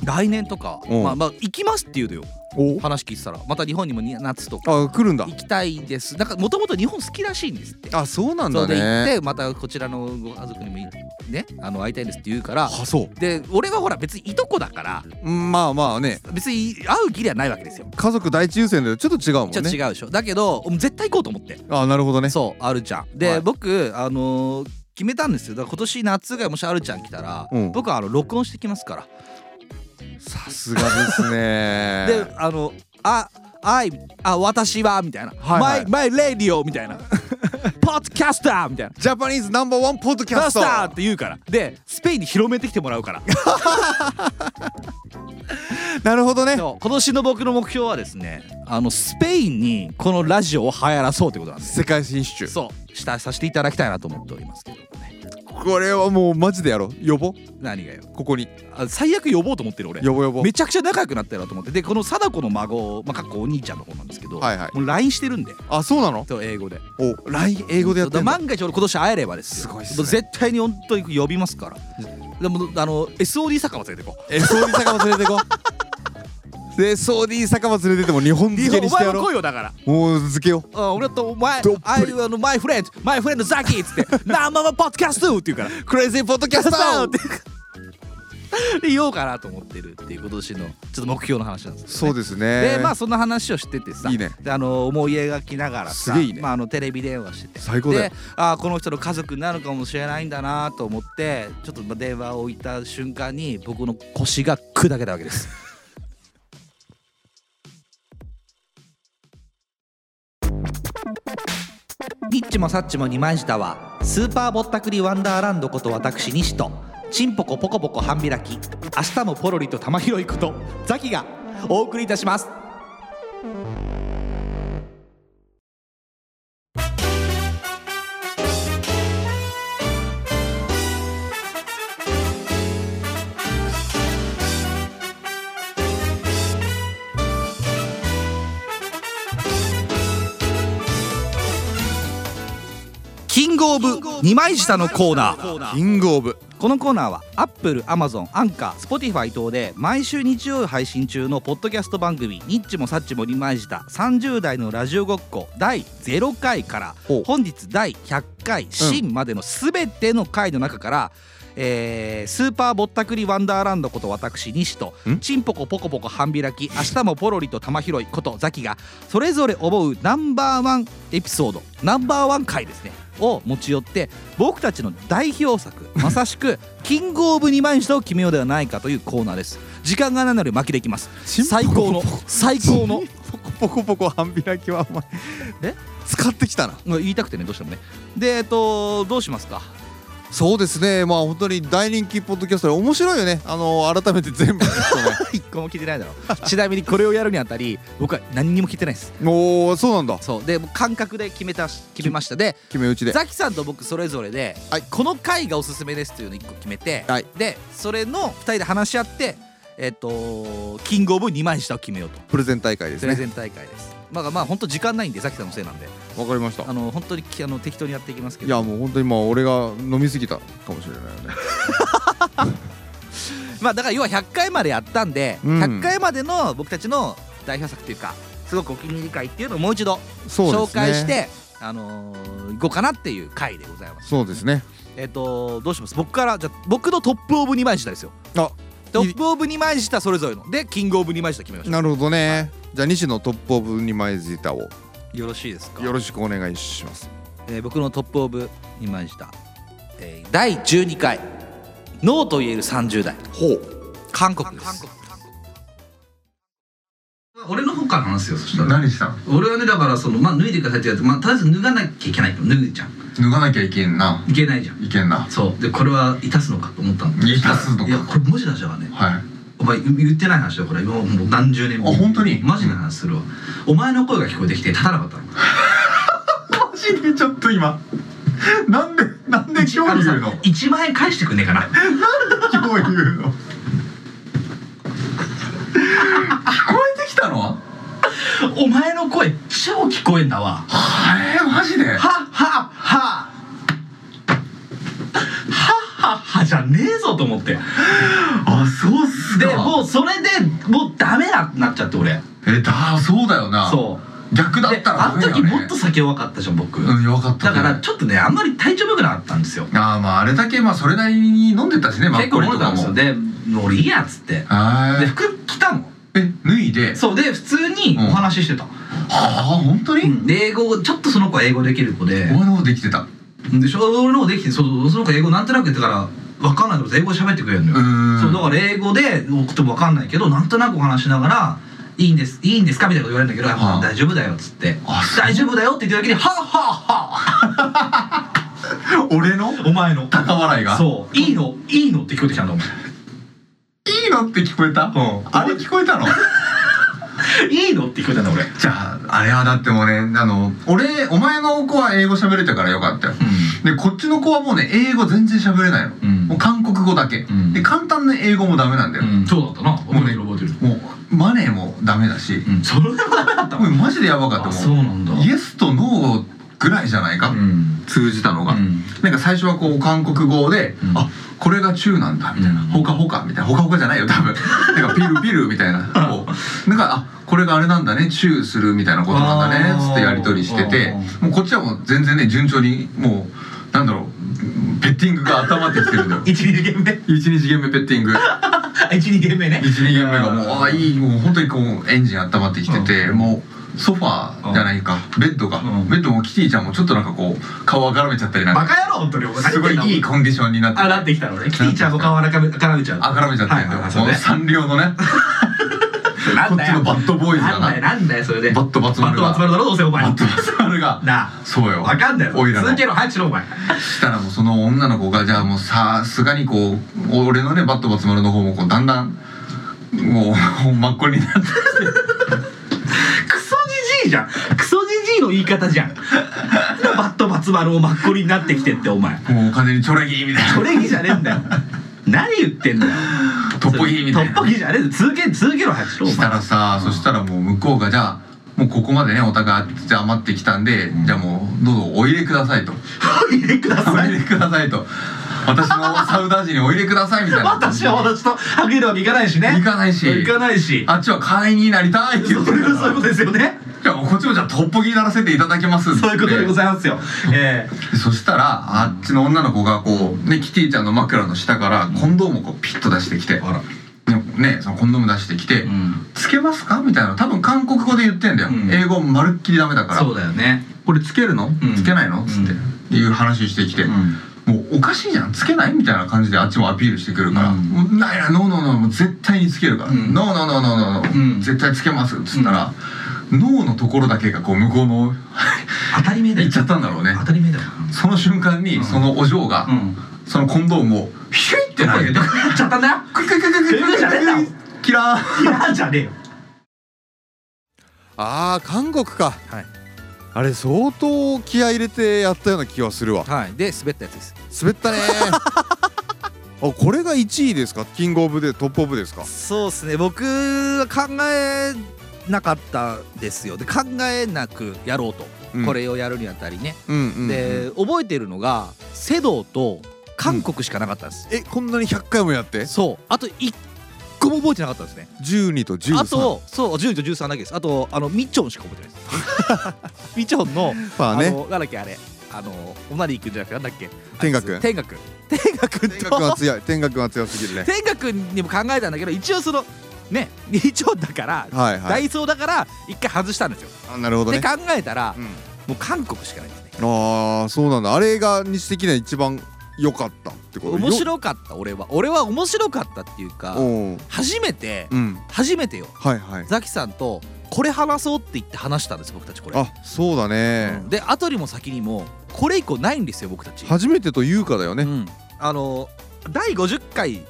S1: 来年とか、
S2: うん
S1: まあまあ行きますって言うのよ
S2: お
S1: 話聞いてたらまた日本にもに夏とか
S2: あ来るんだ
S1: 行きたいですなんかもともと日本好きらしいんですって
S2: あそうなん
S1: そ
S2: だ
S1: うで行っ
S2: ね
S1: てまたこちらのご家族にもいねあの会いたいですって言うから
S2: あそ
S1: で俺はほら別にいとこだから
S2: うまあまあね
S1: 別に会う義理はないわけですよ
S2: 家族第一優先でちょっと違うもん
S1: ちょっと
S2: ね
S1: 違うでしょだけどもう絶対行こうと思って
S2: あなるほどね
S1: そうあるちゃんで、
S2: はい
S1: 僕あのー決めたんですよだから今年夏がもしあるちゃん来たら、
S2: うん
S1: 僕はあの録音してきますか
S2: さすがです
S1: ら、
S2: ね
S1: であの「ああいあ私は」みたいな「
S2: はいはい
S1: マイマイレディオ」みた いな「ポッドキャスター」みたいな「
S2: ジャパニーズナンバーワンポッドキ
S1: キャ
S2: ャ
S1: ス
S2: ス
S1: タ
S2: タ
S1: ー」
S2: ー
S1: って言うからでスペインに広めてきてもらう から
S2: なるほどね
S1: そう今年の僕の目標はですねあのスペインにこのラジオを流行らそうってことなんです
S2: 世界進出
S1: そうしたさせていただきたいなと思っておりますけどもね
S2: これはもうマジでやろう呼ぼう
S1: 何がよ
S2: ここに
S1: あ最悪呼ぼうと思ってる俺
S2: 呼ぼう呼ぼう
S1: めちゃくちゃ仲良くなったよなと思ってでこの貞子の孫、まあ、かっこお兄ちゃんの方なんですけど、
S2: はいはい
S1: もう LINE してるんで
S2: あそうなの
S1: そう英語で
S2: お LINE 英語でやって
S1: だ
S2: ん
S1: から
S2: だ
S1: 万が一俺今年会えればですよ
S2: すごいっすね
S1: もう絶対に本当に呼びますからでもあの SOD 酒場連れてこう
S2: えソーディー酒場連れてこう でソーディー酒場連れてっても日本漬けに
S1: お
S2: して
S1: 前
S2: や
S1: も
S2: ろ
S1: 来
S2: う
S1: いよだから
S2: もう漬けよう
S1: うん俺とお前
S2: どっぷ
S1: あ
S2: り
S1: のマイフレンドマイフレンドザキっつって 「ナンバーワンポッドキャスト!」って言うから「クレイジーポッドキャスト!」ってで言おうかなと思ってるっていう今年のちょっと目標の話なんですけどね
S2: そうですね
S1: でまあその話をしててさ
S2: いいね
S1: であの思い描きながらさ
S2: すげえいいね
S1: まあ、あのテレビ電話してて
S2: 最高だよ
S1: であーこの人の家族になるかもしれないんだなと思ってちょっとまあ電話を置いた瞬間に僕の腰が砕けたわけです ニッチもサッチも二枚舌はスーパーぼったくりワンダーランドこと私西とチンポコポコポコ半開き明日もポロリと玉拾いことザキがお送りいたしますグオブ二枚舌のコーナー
S2: キングオブ
S1: このコーナーは Apple、Amazon、アンカー、Spotify 等で毎週日曜配信中のポッドキャスト番組「ニッチもサッチも二枚舌30代のラジオごっこ」第0回から
S2: ほう
S1: 本日第100回新までの全ての回の中から、えースーパーぼったくりワンダーランドこと私西と
S2: ん
S1: チンポコポコポコ半開き明日もポロリと玉拾いことザキがそれぞれ思うナンバーワンエピソードナンバーワン回ですねを持ち寄って僕たちの代表 作まさしくキングオブ二枚舌を決めようではないかというコーナーです時間がないので巻きできます
S2: チンポコ
S1: 最高の最高の
S2: ポコポコポコ半開きはお前
S1: え
S2: 使ってきたな
S1: まあ言いたくてねどうしてもねでえっとどうしますか
S2: そうですねまあ本当に大人気ポッドキャストで面白いよねあの改めて全部聞くとね
S1: 一個も聞いてないだろうちなみにこれをやるにあたり僕は何にも聞いてないです
S2: おおそうなんだ
S1: そうでもう感覚で決めたし決めましたで
S2: 決め打ちで
S1: ザキさんと僕それぞれで、
S2: はい
S1: この回がおすすめですっていうの1個決めて、
S2: はい
S1: でそれの2人で話し合ってえっ、とキングオブ2枚下を決めようと
S2: プレゼン大会です
S1: プレゼ
S2: ね
S1: ン大会です、まあまあ本当時間ないんでザキさんのせいなんで
S2: わかりました
S1: あの本当にきあの適当にやっていきますけ
S2: い
S1: ど
S2: やもう本当にまあ俺が飲みすぎたかもしれないよね
S1: まあだから要は100回までやったんで、
S2: うん
S1: 100回までの僕たちの代表作というかすごくお気に入り回っていうのをもう一度
S2: そうですね
S1: 紹介して、あのー、いこうかなっていう回でございます。
S2: そうですね
S1: えっ、とどうします僕からじゃあ僕のトップオブ2枚舌ですよ。
S2: あ
S1: トップオブ2枚舌それぞれのでキングオブ2枚舌決めましょ
S2: なるほどね、じゃあ西のトップオブ二枚舌を
S1: う。よろしいですか
S2: よろしくお願いします
S1: えー僕のトップオブ2枚舌、えー第12回「ノーと言える30代」
S2: ほう
S1: 韓国です。
S3: 俺の方から話すよそしたら
S4: 何したん
S3: 俺はねだからそのまあ脱いでくださいってやつまあとりあえず脱がなきゃいけないと脱ぐじゃん
S4: 脱がなきゃいけんない
S3: けないじゃん
S4: いけんな
S3: そうでこれは致すのかと思ったの
S4: 致すのか
S3: いやこれ文字出したからね
S4: はい
S3: お前言ってない話だよこれ今もう何十年も
S4: あ本当に
S3: マジな話するわ、お前の声が聞こえてきて立たなかったの
S4: マジでちょっと今 なんでなんで今日言うの
S3: 1万円返してくんねえかな
S4: 今日言う の聞こえてきたのは
S3: お前の声超聞こえんだわは
S4: えー、マジで
S3: ははははははじゃねえぞと思って
S4: あそうっす
S3: で
S4: か
S3: もうそれでもうダメだってなっちゃって俺
S4: えだそうだよな
S3: そう
S4: 逆だっ
S3: で
S4: たら
S3: あ
S4: ダ
S3: の
S4: メだ
S3: 時
S4: よ、ね、
S3: もっと酒弱かったじゃん僕、
S4: うん弱かった
S3: だ
S4: ね、
S3: からちょっとねあんまり体調も良くなかったんですよ
S4: ああまああれだけまあそれなりに飲んでたしねマ
S3: 結
S4: ッコ
S3: 構
S4: リ
S3: 飲んで
S4: と
S3: た
S4: か
S3: んです
S4: も
S3: よでもう俺いいやっつって
S4: あ
S3: で服着たの
S4: え脱いでは
S3: そうで普通にお話ししてた、
S4: あ本当に、
S3: うんで英語ちょっとその子は英語できる子で
S4: お前の方できてたう
S3: でしょ俺の方できてそうそうその子英語なんとなく言ってから分かんないと思って英語で喋ってくれるのよ、
S4: ーん
S3: そうだから英語で送っても分かんないけどなんとなくお話しながら「いいんですいいんですか?」みたいなこと言われるんだけど「
S4: はあ
S3: 大丈夫だよ」っつって
S4: あ
S3: 「
S4: そう
S3: 大丈夫だよ」って言ってるだけに「はあはあはあ
S4: 俺の
S3: お前の」
S4: 高笑いが
S3: そう「いいのいいの」って聞こえてきたんだ お前
S4: いいのって聞こえた、あれ聞こえ たの
S3: いいのって聞こえたんだ俺。
S4: じゃああれはだってもうねあの俺お前の子は英語喋れたからよかったよでこっちの子はもうね英語全然喋れないの、
S3: うん
S4: もう韓国語だけ、
S3: ん
S4: で簡単な英語もダメなんだよ、
S3: うん。そうだったな。覚えてる覚えてる。
S4: もうマネーもダメだし、
S3: うん。それでもダメだった
S4: も
S3: の。
S4: うマジでやばかった
S3: あそう
S4: も
S3: なんだ。
S4: うイエスとノーぐらいじゃないか、
S3: うん。
S4: 通じたの
S3: う
S4: が、
S3: ん。
S4: なんか最初はこう韓国語で、
S3: うん
S4: あこれが中なんだみたいな、
S3: うん
S4: ほかほかみたいなほかほかじゃないよ多分なんかピルピルみたいなこうなんかあこれがあれなんだねチューするみたいなことなんだ
S3: あ
S4: ね
S3: ー
S4: つってやり取りしてて
S3: あー
S4: もうこっちはもう全然ね順調にもうなんだろうペッティングが温まってきてるんだよ
S3: 一二ゲーム目。
S4: 1日ゲームペッティング12
S3: あ一二ゲーム目 ね。
S4: ゲームがもうああいいもう本当にこうエンジン温まってきてて、もうソファーじゃないかベッドが、
S3: うん
S4: ベッドもキティちゃんもちょっとなんかこう顔がらめちゃったりなん
S3: バ
S4: か
S3: カ野郎本当に。
S4: すごいいいコンディションになって
S3: あなってきたのね。キティちゃんの顔からかめからめちゃう。
S4: あからめちゃってんだ
S3: は
S4: よ、
S3: いはいはいそうね
S4: もうサンリオのね
S3: なん
S4: こっ
S3: だ
S4: ち
S3: よ
S4: のバッドボーイズ
S3: な
S4: が
S3: んだよ
S4: な
S3: なんだよそれで。
S4: バットバツ
S3: バ
S4: 丸
S3: ット
S4: が
S3: バツ丸だろどうせお前。
S4: バッドバツ丸が
S3: なあ。
S4: そうよ
S3: わかんないよ。
S4: おいらの
S3: 続けろ早くしろお前。
S4: したらもうその女の子がじゃあもうさすがにこう俺のねバットバツ丸の方もこうだんだんもう真っこになって
S3: クソじじいじゃん。クソじじいの言い方じゃん。バットバツ丸をマッコリになってきてってお前。
S4: もう完全にチョレギーみたい
S3: トレギじゃねえんだよ。何言ってんだよ。
S4: なトッポギーみたい
S3: トッポ
S4: な
S3: ギじゃねえんだよ。続け続けろ早くしろお
S4: した
S3: 前。
S4: らさそしたらもう向こうがじゃあもうここまでねお互いじゃあ余ってきたんで、じゃあもうどうぞお入れくださいと
S3: お入れくだ
S4: お
S3: さい
S4: 入れくださいと私のサウダージにお入れくださいみたいな
S3: 私は私とはげるわけいかないしね
S4: 行かないし
S3: 行かないし
S4: あっちは会員になりたいって
S3: そう
S4: 言ってる
S3: いうことですよね
S4: じゃあこっちもじゃあトッポギにならせていただきますっつって
S3: そういうことでございますよえ
S4: そしたらあっちの女の子がこうねキティちゃんの枕の下からコンドームをこうピッと出してきて、
S3: えあら
S4: ねそのコンドーム出してきて「
S3: ん
S4: つけますか?」みたいな多分韓国語で言ってんだよ、
S3: うん
S4: 英語まるっきりダメだから
S3: そうだよね
S4: 「これつけるの
S3: うん
S4: つけないの?」つって、
S3: うん
S4: いう話してきて、
S3: ん
S4: もうおかしいじゃんつけないみたいな感じであっちもアピールしてくるから「
S3: うん
S4: もうないなノーノーノーもう絶対につけるから「
S3: うん
S4: ノーノーノーノーノー
S3: うん
S4: 絶対つけます」っつったら「ノー」のところだけがこう向こうの
S3: 当たり前だ
S4: 行
S3: よ
S4: っちゃったんだろうね
S3: 当たり前だよ
S4: その瞬間にそのお嬢が、
S3: うん
S4: そのコンドームをヒュイって投げて
S3: どこ行っちゃったんだよ
S4: クイクイクイクイクイクイクイクイキラー
S3: いやじゃねえよ
S2: あー韓国か、
S1: はい
S2: あれ相当気合い入れてやったような気はするわ
S1: はいで滑ったやつです
S2: 滑った ねーあこれが1位ですかキングオブでトップオブですか
S1: そうですね僕は考えなかったですよで考えなくやろうと、
S2: うん
S1: これをやるにあたりね、
S2: うんうん
S1: で覚えてるのがセドと韓国しかなかったんです、
S2: えこんなに100回もやって
S1: そうあと1個も覚えてなかったんですね
S2: 12と13
S1: あとそう10と13だけですあとあのみちょんしか覚えてないです みちょんの
S2: ま
S1: あ
S2: あね
S1: のなんだっけあれあのおなり行くんじゃなくてなんだっけ
S2: 天岳
S1: 天岳天岳
S2: 天
S1: と
S2: 学は強い天学は強 すぎるね
S1: 天岳にも考えたんだけど一応そのね 一応だから、
S2: はい
S1: ダ
S2: はい
S1: イソーだから一回外したんですよ、
S2: あなるほど
S1: で
S2: ね
S1: 考えたら、
S2: うん
S1: もう韓国しかないですね
S2: ああそうなんだあれが日的には一番良かったってこと
S1: 面白かった俺は俺は面白かったっていうか
S2: おうん
S1: 初めて
S2: うん
S1: 初めてよ
S2: はいはい
S1: ザキさんとこれ話そうって言って話したんです僕たちこれ
S2: あそうだね
S1: うんで後にも先にもこれ以降ないんですよ僕たち、
S2: 初めてというかだよ
S1: う
S2: ね
S1: んあの第50回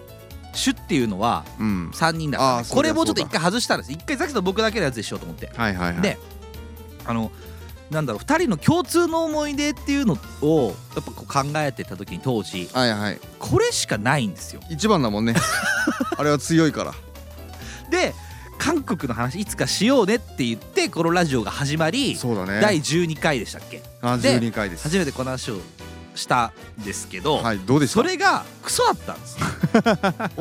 S1: 主っていうのは
S2: うん
S1: 3人だから、
S2: あー
S1: ね、
S2: そうだ
S1: これもちょっと
S2: そう
S1: 一
S2: だ
S1: 回外したんです一回ザキさんと僕だけのやつでしようと思って
S2: はいはいはい
S1: であのなんだろう2人の共通の思い出っていうのをやっぱこう考えてた時に当時
S2: はいはい
S1: これしかないんですよ
S2: 一番 だもんねあれは強いから
S1: で韓国の話いつかしようねって言ってこのラジオが始まり
S2: そうだね
S1: 第12回でしたっけ
S2: あ
S1: で
S2: 12回です
S1: 初めてこの話をしたんですけど、
S2: はいどうでした
S1: それがクソだったんです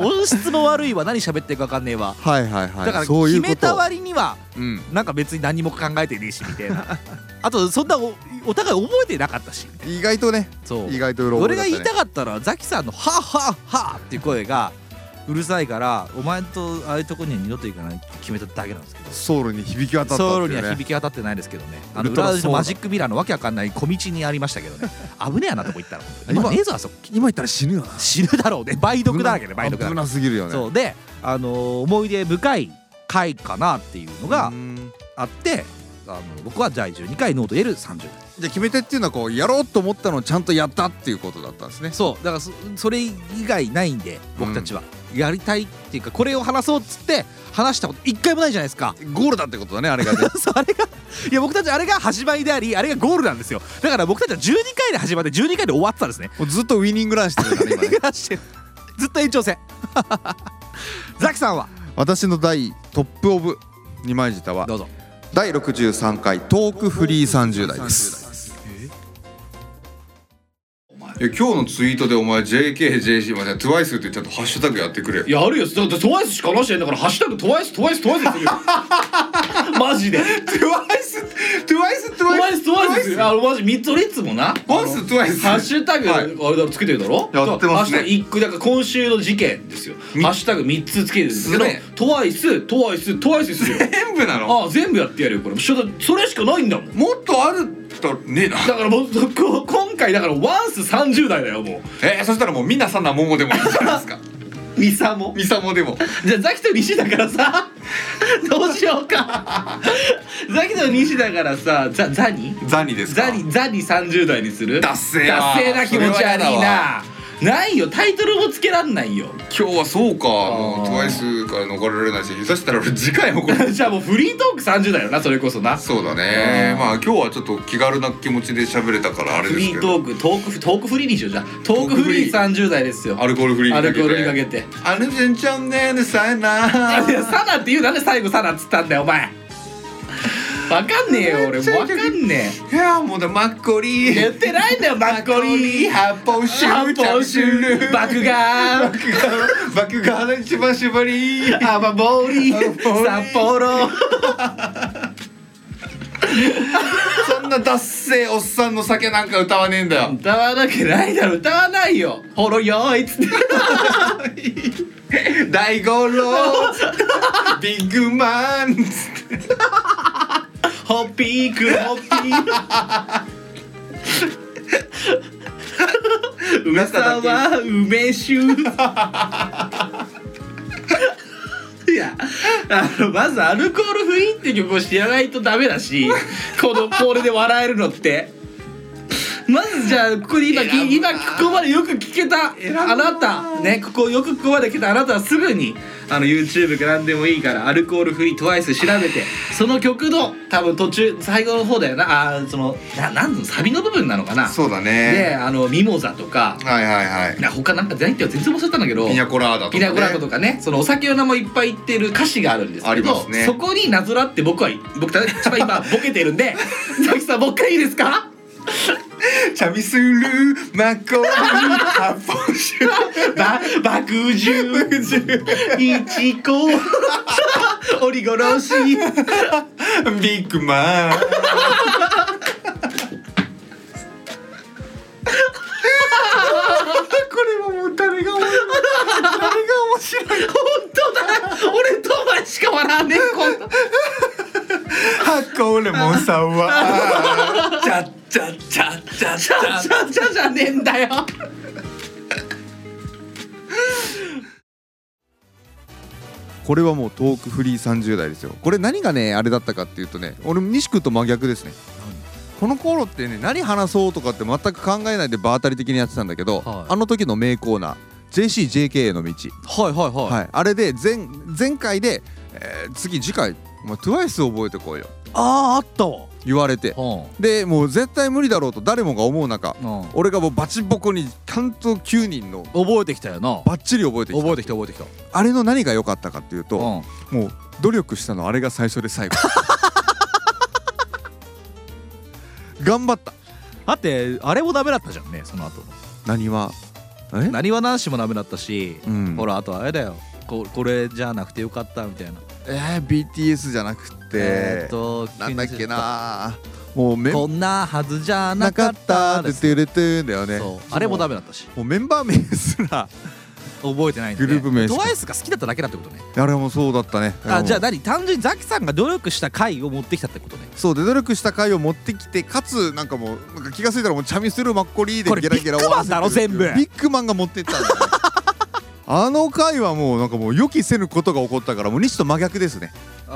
S1: 音質の悪いわ何喋ってるか分かんねえわ
S2: はいはいはい
S1: だから
S2: そうい
S1: 決
S2: うこと
S1: めた割には
S2: うん
S1: なんか別に何も考えてねえしみたい なあとそんなおお互い覚えてなかったし
S2: 意外とね
S1: そう
S2: 意外と裏
S1: 俺が言い
S2: 表だったね
S1: たかったのはザキさんの「はあはあはあ」っていう声がうるさいからお前とああいうとこには二度と行かないって決めただけなんですけど
S2: ソウルに響き渡ったって
S1: ソウ
S2: い
S1: ル
S2: う
S1: に
S2: ね
S1: は響き渡ってないですけどねあ
S2: ウ
S1: の
S2: ルトラ
S1: 裏
S2: ソ
S1: 路地の
S2: ウル
S1: マジックミラーのわけわかんない小道にありましたけ どね危ねえなとこ行ったら本当に
S2: 今
S1: 今ねえぞあそこ
S2: 今言ったら死ぬよな
S1: 死ぬだろうね梅毒だらけで梅毒だら
S2: 危
S1: け
S2: なすぎるよね
S1: そうで、あのー思い出深い回かなっていうのが
S2: うん
S1: あって、あの僕は第12回ノート L30 代
S2: じゃあ決め手っていうのはこうやろうと思ったのをちゃんとやったっていうことだったんですね
S1: そうだからそそれ以外ないんで僕たちは、やりたいっていうかこれを話そうっつって話したこと一回もないじゃないですか
S2: ゴールだってことだねあれが ね
S1: そうあれがいや僕たちあれが始まりでありあれがゴールなんですよだから僕たちは12回で始まって12回で終わってたんです ね
S2: もうずっとウィニングランしてるから今ね
S1: ずっと延長戦 ザキさんは
S2: 私の第トップオブ二枚舌は
S1: どうぞ
S2: 第63回トークフリー30代ですいや今日のツイートでお前 JKJC まで TWICE ってちゃんとハッシュタグやってくれよ
S5: やるよだってトワイスしか話してないんだから「ハッシュタグトワイストワイストワイス」するよマジで
S2: TWICE
S5: トワイストワイスあのマジ三つ俺いつもな
S2: ワンス TWICE
S5: ハッシュタグ、
S2: はい
S5: あれだろつけてるだろ
S2: やってますね
S5: ハッシュタグ一個だから今週の事件ですよハッシュタグ三つつけてるんですけど
S2: すね
S5: トワイストワイストワイスする よ
S2: 全部なの
S5: ああ全部やってやるよこれちょっとそれしかないんだもん
S2: もっとあるとねえな
S5: だからもうこ今回だからワンス30代だよも
S2: えー、そしたらもうみんなさんなももでもいいじゃないですか
S5: うミサも
S2: みさもでも
S5: じゃあザキと西だから さどうしようかザキと西だからさザザニ
S2: ザニですか
S5: ザニザニ30代にする
S2: ダッセーな
S5: ダッセーな気持ち悪
S2: それ
S5: い
S2: は
S5: な
S2: や
S5: ないよタイトルもつけらんないよ
S2: 今日はそうかもう
S5: あー
S2: TWICE から逃れられないし下手したら俺次回もこれ
S5: じゃあもうフリートーク30代よなそれこそな
S2: そうだね
S5: あー
S2: まあ今日はちょっと気軽な気持ちで喋れたからあれ
S5: フ
S2: です
S5: リ
S2: け
S5: ート
S2: ど
S5: ークトークフトークフリーにしようじゃあトークフリー
S2: ト
S5: 30代ですよ
S2: アルコールフリー
S5: アルコールに
S2: か
S5: か
S2: け
S5: け
S2: て
S5: て
S2: アルゼンチャンネルさえなー
S5: いやサナって言うなんで最後サナっつったんだよお前
S1: わかんねえよ俺もうわかんね
S6: いやもうだマッコリ
S1: え言ってないんだよマッコリー
S6: 発泡酒
S1: ハンポシュー爆ガン
S6: 爆破の一番縛り
S1: アバボーリ札幌
S6: そんな脱せおっさんの酒なんか歌わねえんだよ
S1: 歌わなきゃないだろ歌わないよほろよーいっつって
S6: 大五郎ビッグマン
S1: ホッピークホッピー梅沢梅酒 いやあのまず「アルコールフリー」って曲を知らないとダメだしこのこれで笑えるのってまずじゃあここで今き今ここまでよく聞けたあなたねここよくここまで聞けたあなたはすぐにあの YouTube か何でもいいからアルコールフリートワイス調べてその曲の多分途中最後の方だよなあーそのななんつうのサビの部分なのかな
S6: そうだ
S1: で
S6: ね
S1: あのミモザとか
S6: はいはいはい
S1: な他なんか全然全然忘れたんだけど
S6: ピニャコラーダとか、ね、
S1: ピナコラーダとかねそのお酒の名もいっぱい言ってる歌詞があるんです
S6: あ
S1: け
S6: りま
S1: ど、
S6: すね
S1: そこになぞらって僕は僕たちは今ボケてるんで佐々木さんもう一回いいですか
S6: チャミスルーマッコリ発泡酒
S1: ば爆獣いちこ折り殺し
S6: ビッグマン
S1: 本当だ俺とお前しか笑わねえこんな
S6: 発酵レモンサワーチャッチャッチャッチャッチ
S1: じゃじゃじゃじゃねえんだよ
S2: これはもうトークフリー30代ですよこれ何がねあれだったかっていうとね俺西君と真逆ですねこの頃ってね何話そうとかって全く考えないで場当たり的にやってたんだけど、
S7: はい
S2: あの時の名コーナー JCJK への道、
S7: はいはいはい、
S2: はい、あれで前前回で、えー次次回お前 TWICE 覚えてこいよ
S7: あああったわ
S2: 言われて
S7: う
S2: でもう絶対無理だろうと誰もが思う中
S7: ん、うん、
S2: 俺がもうバチボコにちゃんと9人の
S7: 覚えてきたよな
S2: バッチリ覚えてきた
S7: 覚えてきた覚えてきた
S2: あれの何が良かったかっていうと、
S7: うん
S2: もう努力したのあれが最初で最後 頑張った
S7: だってあれもダメだったじゃんねその後
S2: 何はえ
S7: なにわ男子もダメだったし、
S2: うん
S7: ほらあとあれだよここれじゃなくてよかったみたいな
S2: えー、BTS じゃなく
S7: ー
S2: て、
S7: っと
S2: なんだっけなもうメ
S7: こ
S2: ン
S7: んなはずじゃな
S2: な
S7: か
S2: か
S7: っ
S2: った
S7: た
S2: っ
S7: で
S2: て
S7: す
S2: 言ってるんだよね
S7: そうあれもダメだったし
S2: もうメンバー名すら
S7: 覚えてないんで
S2: グループ名し
S7: ト
S2: か
S7: ワイスが好きだっただけだってことね
S2: あれもそうだったね
S7: あじゃあ
S2: だ
S7: 何単純にザキさんが努力した回を持ってきたってことね
S2: そうで努力した回を持ってきてかつなんかもうなんか気が付いたらもうチャミスルーマッコリーで
S7: これ
S2: ゲラゲラ終わらせてるっていう
S7: ビッグマンだろ全部
S2: ビッグマンが持ってったんだよねあの回はもうなんかもう予期せぬことが起こったからもう西と真逆ですね
S7: あ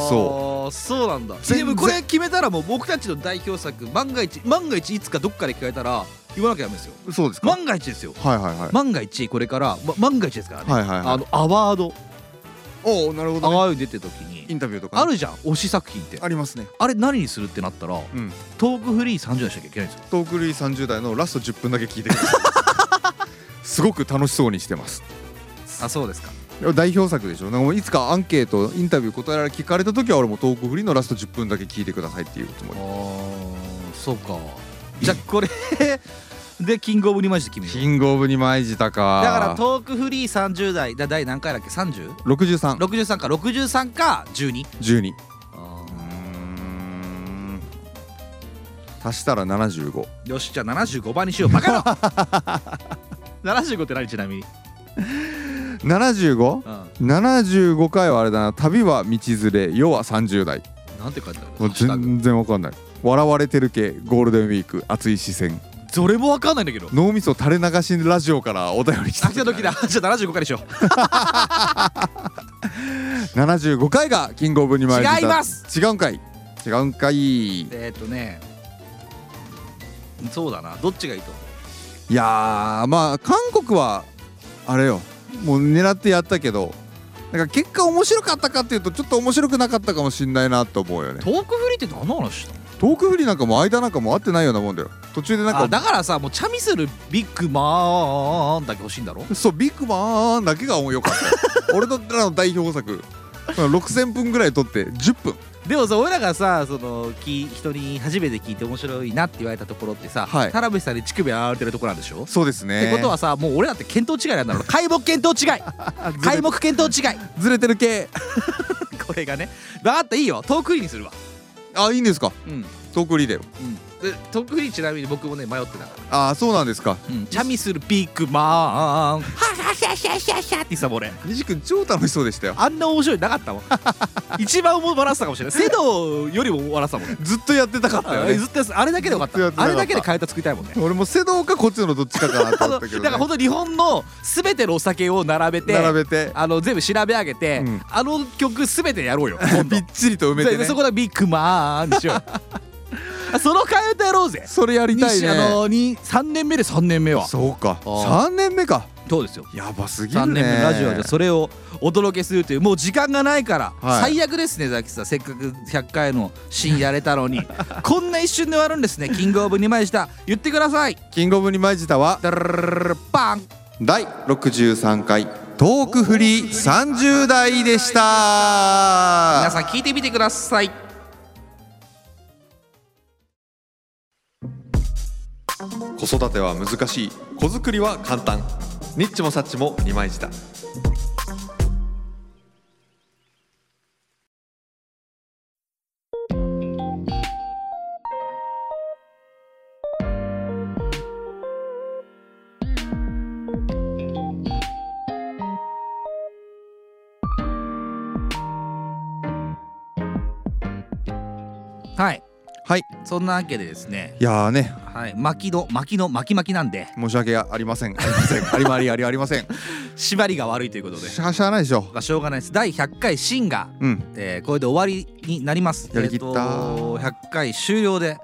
S2: ー
S7: そうそうなんだ
S2: 全
S7: でもこれ決めたらもう僕たちの代表作万が一万が一いつかどっかで聞かれたら言わなきゃダメですよ
S2: そうですか、
S7: 万が一ですよ
S2: はいはいはい、
S7: 万が一これから、ま、万が一ですからね、
S2: はいはいはい
S7: あのアワード
S2: おおなるほ
S7: ア
S2: ど、ね、
S7: ワードに出てる時
S2: イ
S7: に
S2: ンタビューとかね、
S7: あるじゃん推し作品って
S2: ありますね
S7: あれ何にするってなったら、
S2: ん
S7: トークフリー30にしなきゃいけないんですよ
S2: トークルイ30代のラスト10分だけ聞いてください すごく楽しそうにしてます
S7: あそうですか
S2: 代表作でしょなんかもういつかアンケートインタビュー答えられ聞かれた時は俺もトークフリーのラスト10分だけ聞いてくださいっていうつも
S7: あ
S2: り
S7: ーそうかじゃあこれ でキングオブリマジで決める
S2: キングオブに参じたか
S7: だからトークフリー30代だ第何回だっけ 30?63
S2: 6312
S7: か63か12
S2: 足したら75
S7: よしじゃあ75番にしようバカだ 75って何ちなみに、
S2: 75?75
S7: うん、
S2: 回はあれだな旅は道連れ世は30代
S7: なんて書いてある
S2: もう
S7: ハッシュタグ
S2: 全然わかんない笑われてる系ゴールデンウィーク熱い視線
S7: それもわかんないんだけど
S2: 脳みそ垂れ流しラジオからお便りした
S7: 飽きた時だじゃあ75回にしよう
S2: 75回がキングオブに参じた
S7: 違います
S2: 違うんかい違うんかいい
S7: えーっとねそうだなどっちがいいと思う
S2: やーまあ韓国はあれよもう狙ってやったけどなんか結果面白かったかっていうとちょっと面白くなかったかもしんないなと思うよね
S7: トークフリーって何の話したの
S2: トークフリーなんかもう間なんかもう合ってないようなもんだよ途中でな
S7: あ
S2: んか
S7: だからさもうチャミスルビッグマンだけ欲しいんだろ
S2: そうビッグ マンだけが良かった俺のらの代表作6000分ぐらい撮って10分
S1: でもさ俺らがさそのき人に初めて聞いて面白いなって言われたところってさ、
S2: はい
S1: 田辺さんに乳首洗われてるところなんでしょ、
S2: そうですね
S1: ってことはさもう俺らって見当違いなんだろう皆目見当違い皆目見当違い
S2: ずれてる系
S1: これがねだっていいよトークインにするわ
S2: あいいんですか
S1: うん
S2: トークリレーを
S1: でトークインちなみに僕もね迷ってたから
S2: ああそうなんですか
S1: うんチャミスルビッグマンはっしゃしゃしゃしゃってさもう俺
S2: 西君超楽しそうでしたよ
S1: あんな面白いのなかっ たもん一番笑ってたかもしれないセドよりも笑ってたもんね
S2: ずっとやってたかったよね
S1: ずっとやつあれだけでよかっ
S2: ずっとやったてな
S1: あ
S2: か
S1: れ
S2: った
S1: だけで替え歌作りたいもんね
S2: 俺も瀬戸かこっちのどっちかかなと
S1: あ
S2: 思
S1: の
S2: ったけど、ね、
S1: だから本当日本のすべてのお酒を並べて
S2: 並べて
S1: あの全部調べ上げて、
S2: うん
S1: あの曲すべてやろう よ今度
S2: びっちりと埋めて
S1: で
S2: ね
S1: そこでビッグマンにしようよ あその替え歌やろうぜ
S2: それやりたい
S1: にあ
S2: ね
S1: のに3年目で3年目は
S2: そうか
S1: あ
S2: 3年目か
S1: そうですよ
S2: やばすぎ
S1: 3
S2: るね
S1: 年目のラジオでそれをお届けするというもう時間がないから、
S2: はい
S1: 最悪ですねザキさんせっかく100回のシーンやれたのにこんな一瞬で終わるんですねキングオブ2枚舌言ってください
S2: キングオブに参じたは
S1: ダララララバン
S2: 第63回トークフリー30代でした
S1: 皆さん聞いてみてください
S2: 子育ては難しい子作りは簡単ニッチもサッチも二枚舌
S1: はい
S2: はい
S1: そんなわけでですね
S2: いやーね
S1: はい巻きの巻きの巻き巻きなんで
S2: 申し訳ありませんありませんありまりありありません
S1: 縛りが悪いということで
S2: しゃしゃあないでしょ
S1: まあしょうがないです第100回シンガー
S2: うん
S1: えーこれで終わりになります
S2: やりきった
S1: えーと100回終了で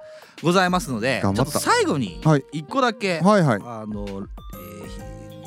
S1: ございますのでちょ
S2: 頑
S1: っ
S2: 張
S1: と
S2: った
S1: 最後に
S2: はい
S1: 一個だけ、
S2: はいはい
S1: あの、えーひ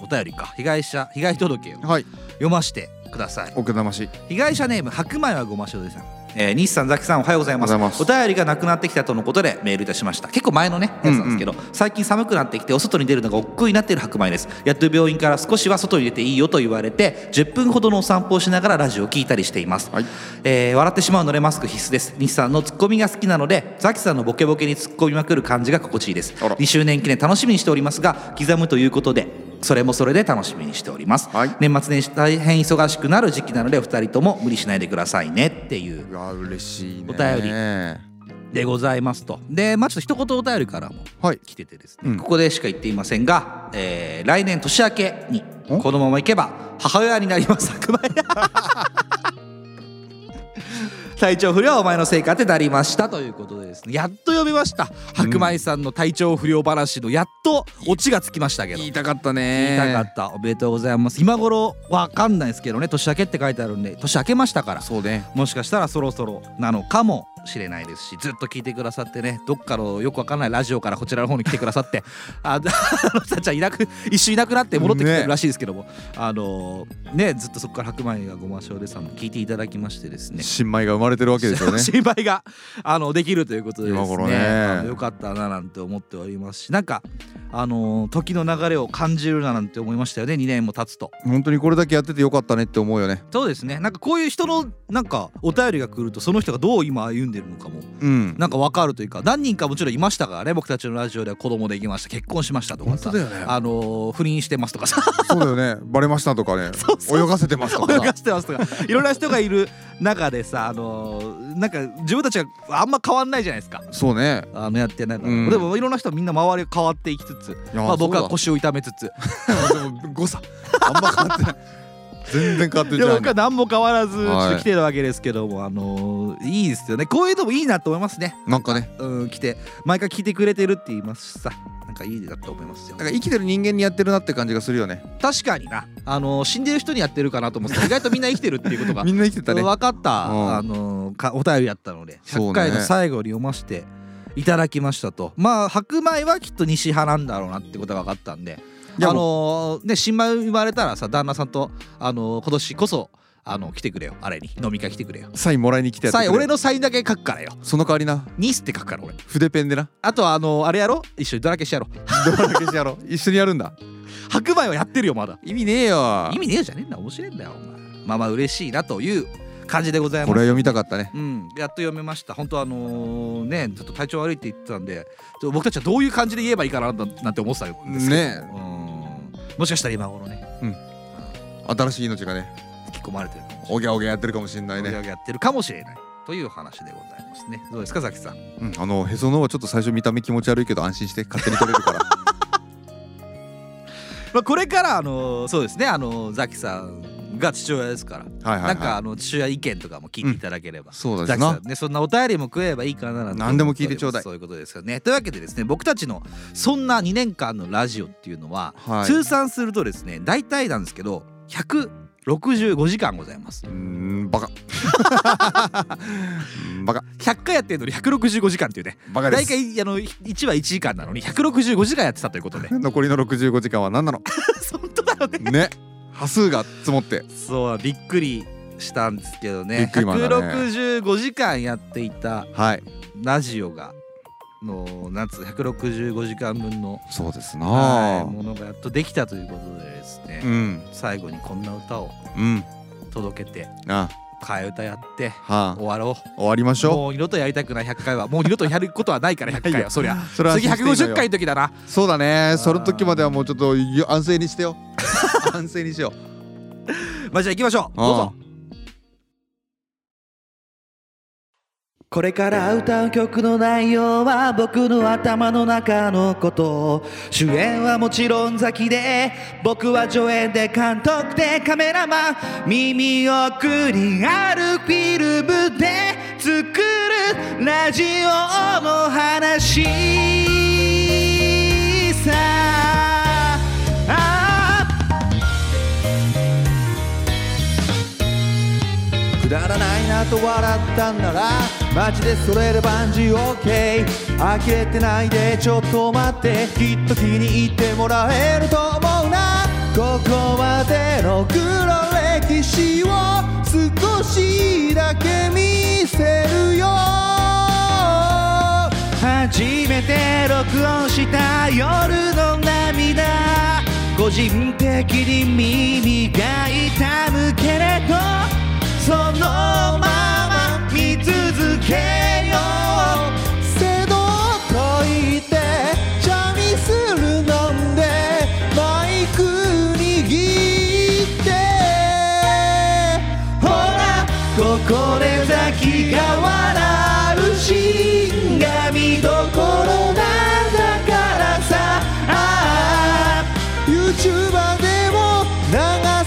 S1: お便りか被害者被害届を
S2: はい
S1: 読ませてください
S2: 奥だまし
S1: 被害者ネーム白米はごましおでさん、えー、西さんザキさんおはようございます
S2: おはようございます
S1: お便りがなくなってきたとのことでメールいたしました結構前のねやつなんですけど、最近寒くなってきてお外に出るのが億劫になっている白米ですやっと病院から少しは外に出ていいよと言われて10分ほどのお散歩をしながらラジオを聞いたりしています、
S2: はい
S1: えー笑ってしまうのでマスク必須です西さんのツッコミが好きなのでザキさんのボケボケに突っ込みまくる感じが心地いいです
S2: あら
S1: 2周年記念楽しみにしておりますが刻むということでそれもそれで楽しみにしております、
S2: はい
S1: 年末年始大変忙しくなる時期なのでお二人とも無理しないでくださいねっていう
S2: うわ嬉しいね
S1: お便り
S2: り
S1: でございますとでまあちょっと一言お便りからも
S2: はい
S1: 来ててですね、
S2: うん
S1: ここでしか言っていませんが、えー来年年明けに
S2: お
S1: このままいけば母親になります白米 体調不良はお前のせいかってなりましたということでですねやっと読みました白米さんの体調不良話のやっとオチがつきましたけど
S2: 言いたかった
S1: 言
S2: ね
S1: いたかったおめでとうございます今頃わかんないですけどね年明けって書いてあるんで年明けましたから
S2: そうね
S1: もしかしたらそろそろなのかもしれないですしずっと聞いてくださってねどっかのよくわかんないラジオからこちらの方に来てくださ ってああのさっちゃんいなく一瞬いなくなって戻ってきてるらしいですけども、あのねずっとそこから白米がごましょうでさんも聞いていただきましてですね
S2: 新米が生まれてるわ けですよね
S1: 心配があのできるということでです
S2: 今
S1: ね
S2: 頃ね
S1: あのよかったななんて思っておりますしなんかあの時の流れを感じるななんて思いましたよね2年も経つと
S2: 本当にこれだけやっててよかったねって思うよね
S1: そうですねなんかこういう人のなんかお便りが来るとその人がどう今歩んでるのかも
S2: うん
S1: なんかわかるというか何人かもちろんいましたからね僕たちのラジオでは子供できました結婚しましたとかさ、
S2: よね
S1: あのー不倫してますとか さ
S2: そうだよねバレましたとかね
S1: そうそう
S2: 泳がせてますとか
S1: 泳がしてますとかいろんな人がいる中でさあのーなんか自分たちがあんま変わんないじゃないですか。
S2: そ うね
S1: あのやってないから、
S2: うん
S1: でもいろんな人みんな周りが変わっていきつつ
S2: いや
S1: まあ、僕は
S2: そう
S1: 腰を痛めつつ
S2: だでも誤差あんま変わってない全然変わって
S1: でも
S2: るじゃん
S1: 僕は何も変わらずちょ
S2: はい
S1: っと来てるわけですけども、あのーいいですよねこういうのもいいなと思いますね、
S2: なんかね
S1: うん、来て毎回聞いてくれてるって言いますしさなんかいいなと思いますよ
S2: なんか生きてる人間にやってるなって感じがするよね
S1: 確かにな、あのー死んでる人にやってるかなと思ってた意外とみんな生きてるっていうことが
S2: みんな生きてたね
S1: 分かった、
S2: うん
S1: あのーかお便りやったので
S2: そうね
S1: 100回の最後に読ませていただきましたとまあ白米はきっと西派なんだろうなってことが分かったんで
S2: い
S1: あ
S2: や
S1: のーね新米生まれたらさ旦那さんと、あのー今年こそあの来てくれよあれに飲み会来てくれよ
S2: サインもらいに来てやってく
S1: サ
S2: れ
S1: イン俺のサインだけ書くからよ
S2: その代わりな
S1: ニスって書くから俺
S2: 筆ペンでな
S1: あとはあのーあれやろ一緒にドラケしやろ
S2: どうだけしてやろう一緒にやるんだ
S1: 白米はやってるよまだ
S2: 意味ねえよ
S1: 意味ねえじゃねえんだ面白いんだよお前まあまあ嬉しいなという感じでござい
S2: こ
S1: ます
S2: れは読みたかったね
S1: うん、やっと読めました本当あのーねちょっと体調悪いって言ってたんでちょっと僕たちはどういう感じで言えばいいかななんて思ってたんですけど
S2: ね
S1: うんもしかしたら今頃ね
S2: 新しい命がね
S1: 引き込まれてるかもし
S2: おぎゃおぎゃやってるかもしれな
S1: れ
S2: い
S1: ない、
S2: ね、
S1: やってるかもしれないという話でございますねどうですかザキさん
S2: うん、あのへその緒はちょっと最初見た目気持ち悪いけど安心して勝手に取れ るから
S1: まあ、これからあのそうですねあのザキさんが父親ですから、
S2: はいは
S1: な
S2: い
S1: んか
S2: は
S1: あの父親意見とかも聞いていただければ、
S2: いそうで
S1: ザ
S2: す
S1: キさ
S2: なん
S1: ねそんなお便りも食えばいいかななんて
S2: 何でも聞いてちょうだい
S1: そういうことですよねというわけでですね僕たちのそんな2年間のラジオっていうのは、
S2: はい
S1: 通算するとですね大体なんですけど165時間ございます
S2: うーんバカうんバカ
S1: 100回やってるのに165時間っていうね
S2: バカで
S1: 大
S2: す
S1: 体あの1は1時間なのに165時間やってたという ことで
S2: 残りの65時間は 何なの
S1: 本当だよね
S2: ね波数が積もって
S1: そうびっくりしたんですけど
S2: び
S1: ね
S2: っくりマンだね
S1: 165時間やっていた
S2: はい
S1: ラジオがのなんつう165時間分の
S2: そうです
S1: は
S2: ない
S1: ものがやっとできたということでですね、
S2: うん
S1: 最後にこんな歌を
S2: うん
S1: 届けて
S2: あ
S1: 替え歌やって
S2: は
S1: 終わろう
S2: あ終わりましょ
S1: もう二度とやりたくない100回はもう二度とやることはないから100回はそりゃ
S2: うそれは
S1: 次
S2: 安心していい
S1: 150
S2: のよ
S1: 回の時だな
S2: そうだねその時まではもうちょっとよ安静にし てよ安静にしよう
S1: まあじゃあ行きましょうどうぞ
S8: これから歌う曲の内容は僕の頭の中のこと主演はもちろんザキで僕は助演で監督でカメラマン耳送りあるフィルムで作るラジオの話さあくだらないなと笑ったんならマジでそれで万事 OK 呆れてないでちょっと待ってきっと気に入ってもらえると思うなここまでの黒歴史を少しだけ見せるよ初めて録音した夜の涙個人的に耳が痛むけれどそのまま見続けよう背のといてチャミスル飲んでマイク握ってほらここでザキが笑うシーンが見どころなんだからさああ YouTuber でも流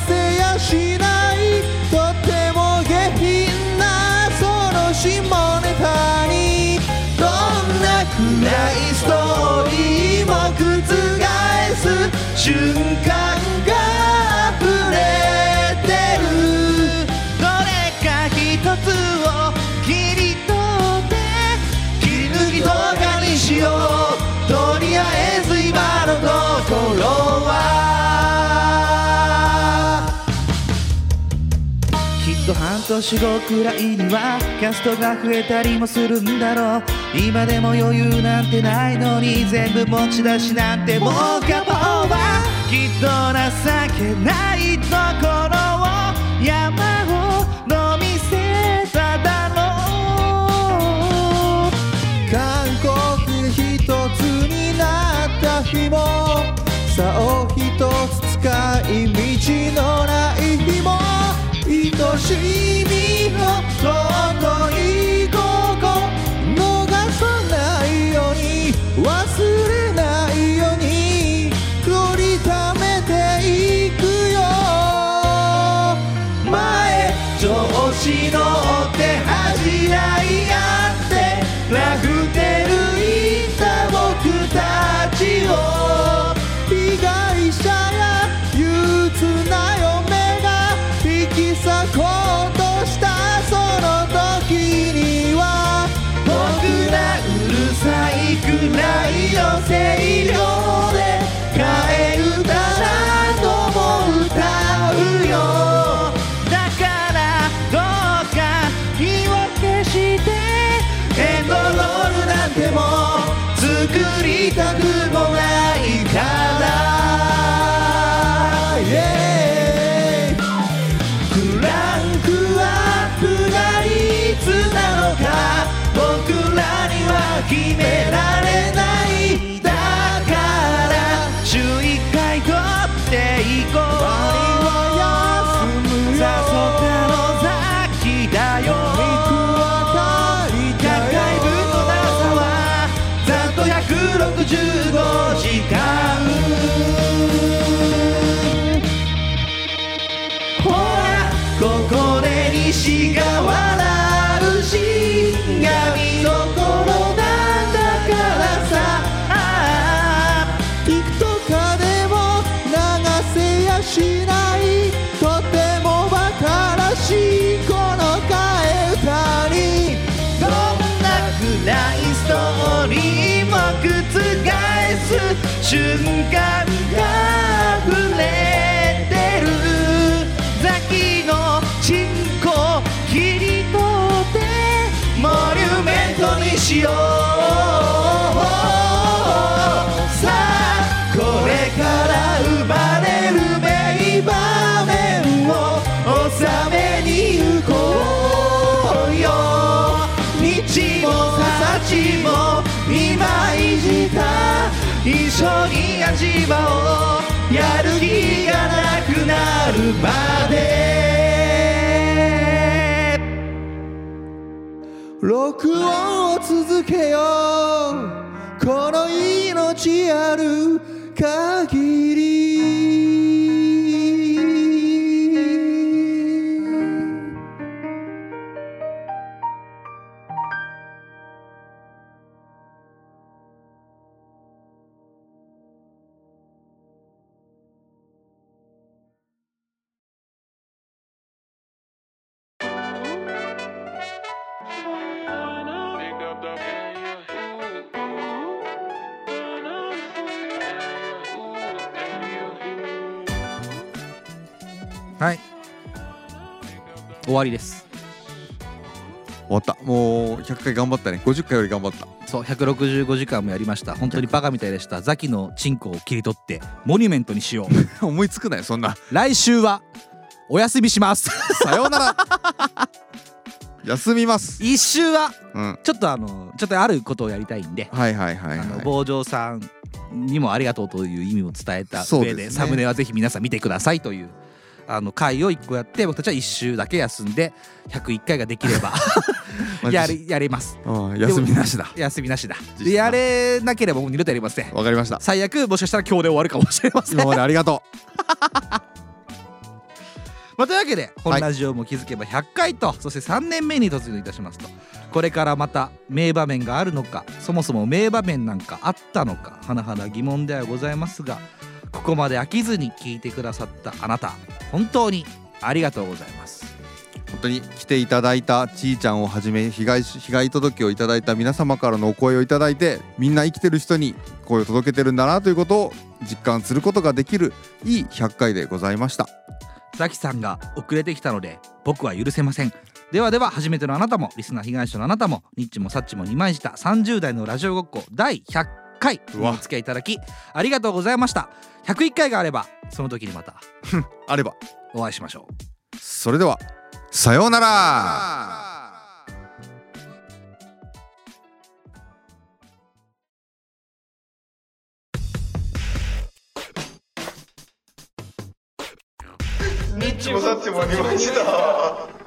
S8: せやしないとっても下品なその下ネタにどんな暗いストーリーも覆す瞬間が溢れてるどれか一つを切り取って切り抜き動画にしようとりあえず今のところはきっと半年後くらいにはキャストが増えたりもするんだろう今でも余裕なんてないのに全部持ち出しなんてもうガバオーバーきっと情けないところを山を飲みせただろう観光地一つになった日もさを一つ使い道のない日も愛しみの尊い午後逃さないように忘れないように取りためていくよ前調子乗って恥じらいあってラフテルいた僕たちを被害者や憂鬱な嫁が引き裂こうとしたその時には僕らうるさいくらいの声量で帰るだらとも歌うよだからどうか火を消してエンドロールなんてもう作りたくもないから、Yeah クランクアップ瞬間が溢れてるザキのチンコ切り取ってモニュメントにしようさあこれから生まれる名場面を納めに行こうよ日も幸も今いじた一緒に味わおうやる気がなくなるまで録音を続けようこの命ある限り
S1: はい終わりです
S2: 終わったもう100回頑張ったね50回より頑張った
S1: そう165時間もやりました本当にバカみたいでしたザキのチンコを切り取ってモニュメントにしよ う
S2: 思いつくなよそんな
S1: 来週はお休みします
S2: さようなら休みます
S1: 一週は
S2: うん
S1: ちょっとあのちょっとあることをやりたいんで、
S2: はいはいはい
S1: あの
S2: は
S1: 坊城さんにもありがとうという意味を伝えた
S2: そう
S1: 上
S2: で
S1: です
S2: ね
S1: サムネはぜひ皆さん見てくださいというあの回を一個やって僕たちは一週だけ休んで101回ができ れば
S2: い
S1: やりやります
S2: うん休みなしだ
S1: 休みなしだ
S2: 実質な
S1: やれなければもう二度とやりません
S2: わかりました
S1: 最悪もしかしたら今日で終わるかもしれません
S2: 今までありがと
S1: まあ、というわけで
S2: は
S1: 本
S2: い
S1: ラジオも気づけば100回と、そして3年目に突入いたしますとこれからまた名場面があるのかそもそも名場面なんかあったのか甚だ疑問ではございますがここまで飽きずに聞いてくださったあなた本当にありがとうございます
S2: う本当に来ていただいたちーちゃんをはじめ被害し被害届をいただいた皆様からのお声をいただいてみんな生きてる人に声を届けてるんだなということを実感することができるいい100回でございました
S1: ザキさんが遅れてきたので僕は許せませんではでは初めてのあなたもリスナー被害者のあなたもニッチもサッチも二枚舌30代のラジオごっこ第100回お付き合いいただきありがとうございました101回があればその時にまた
S2: あれば
S1: お会いしましょう
S2: それではさようなら
S9: ニッチもサッチもありました。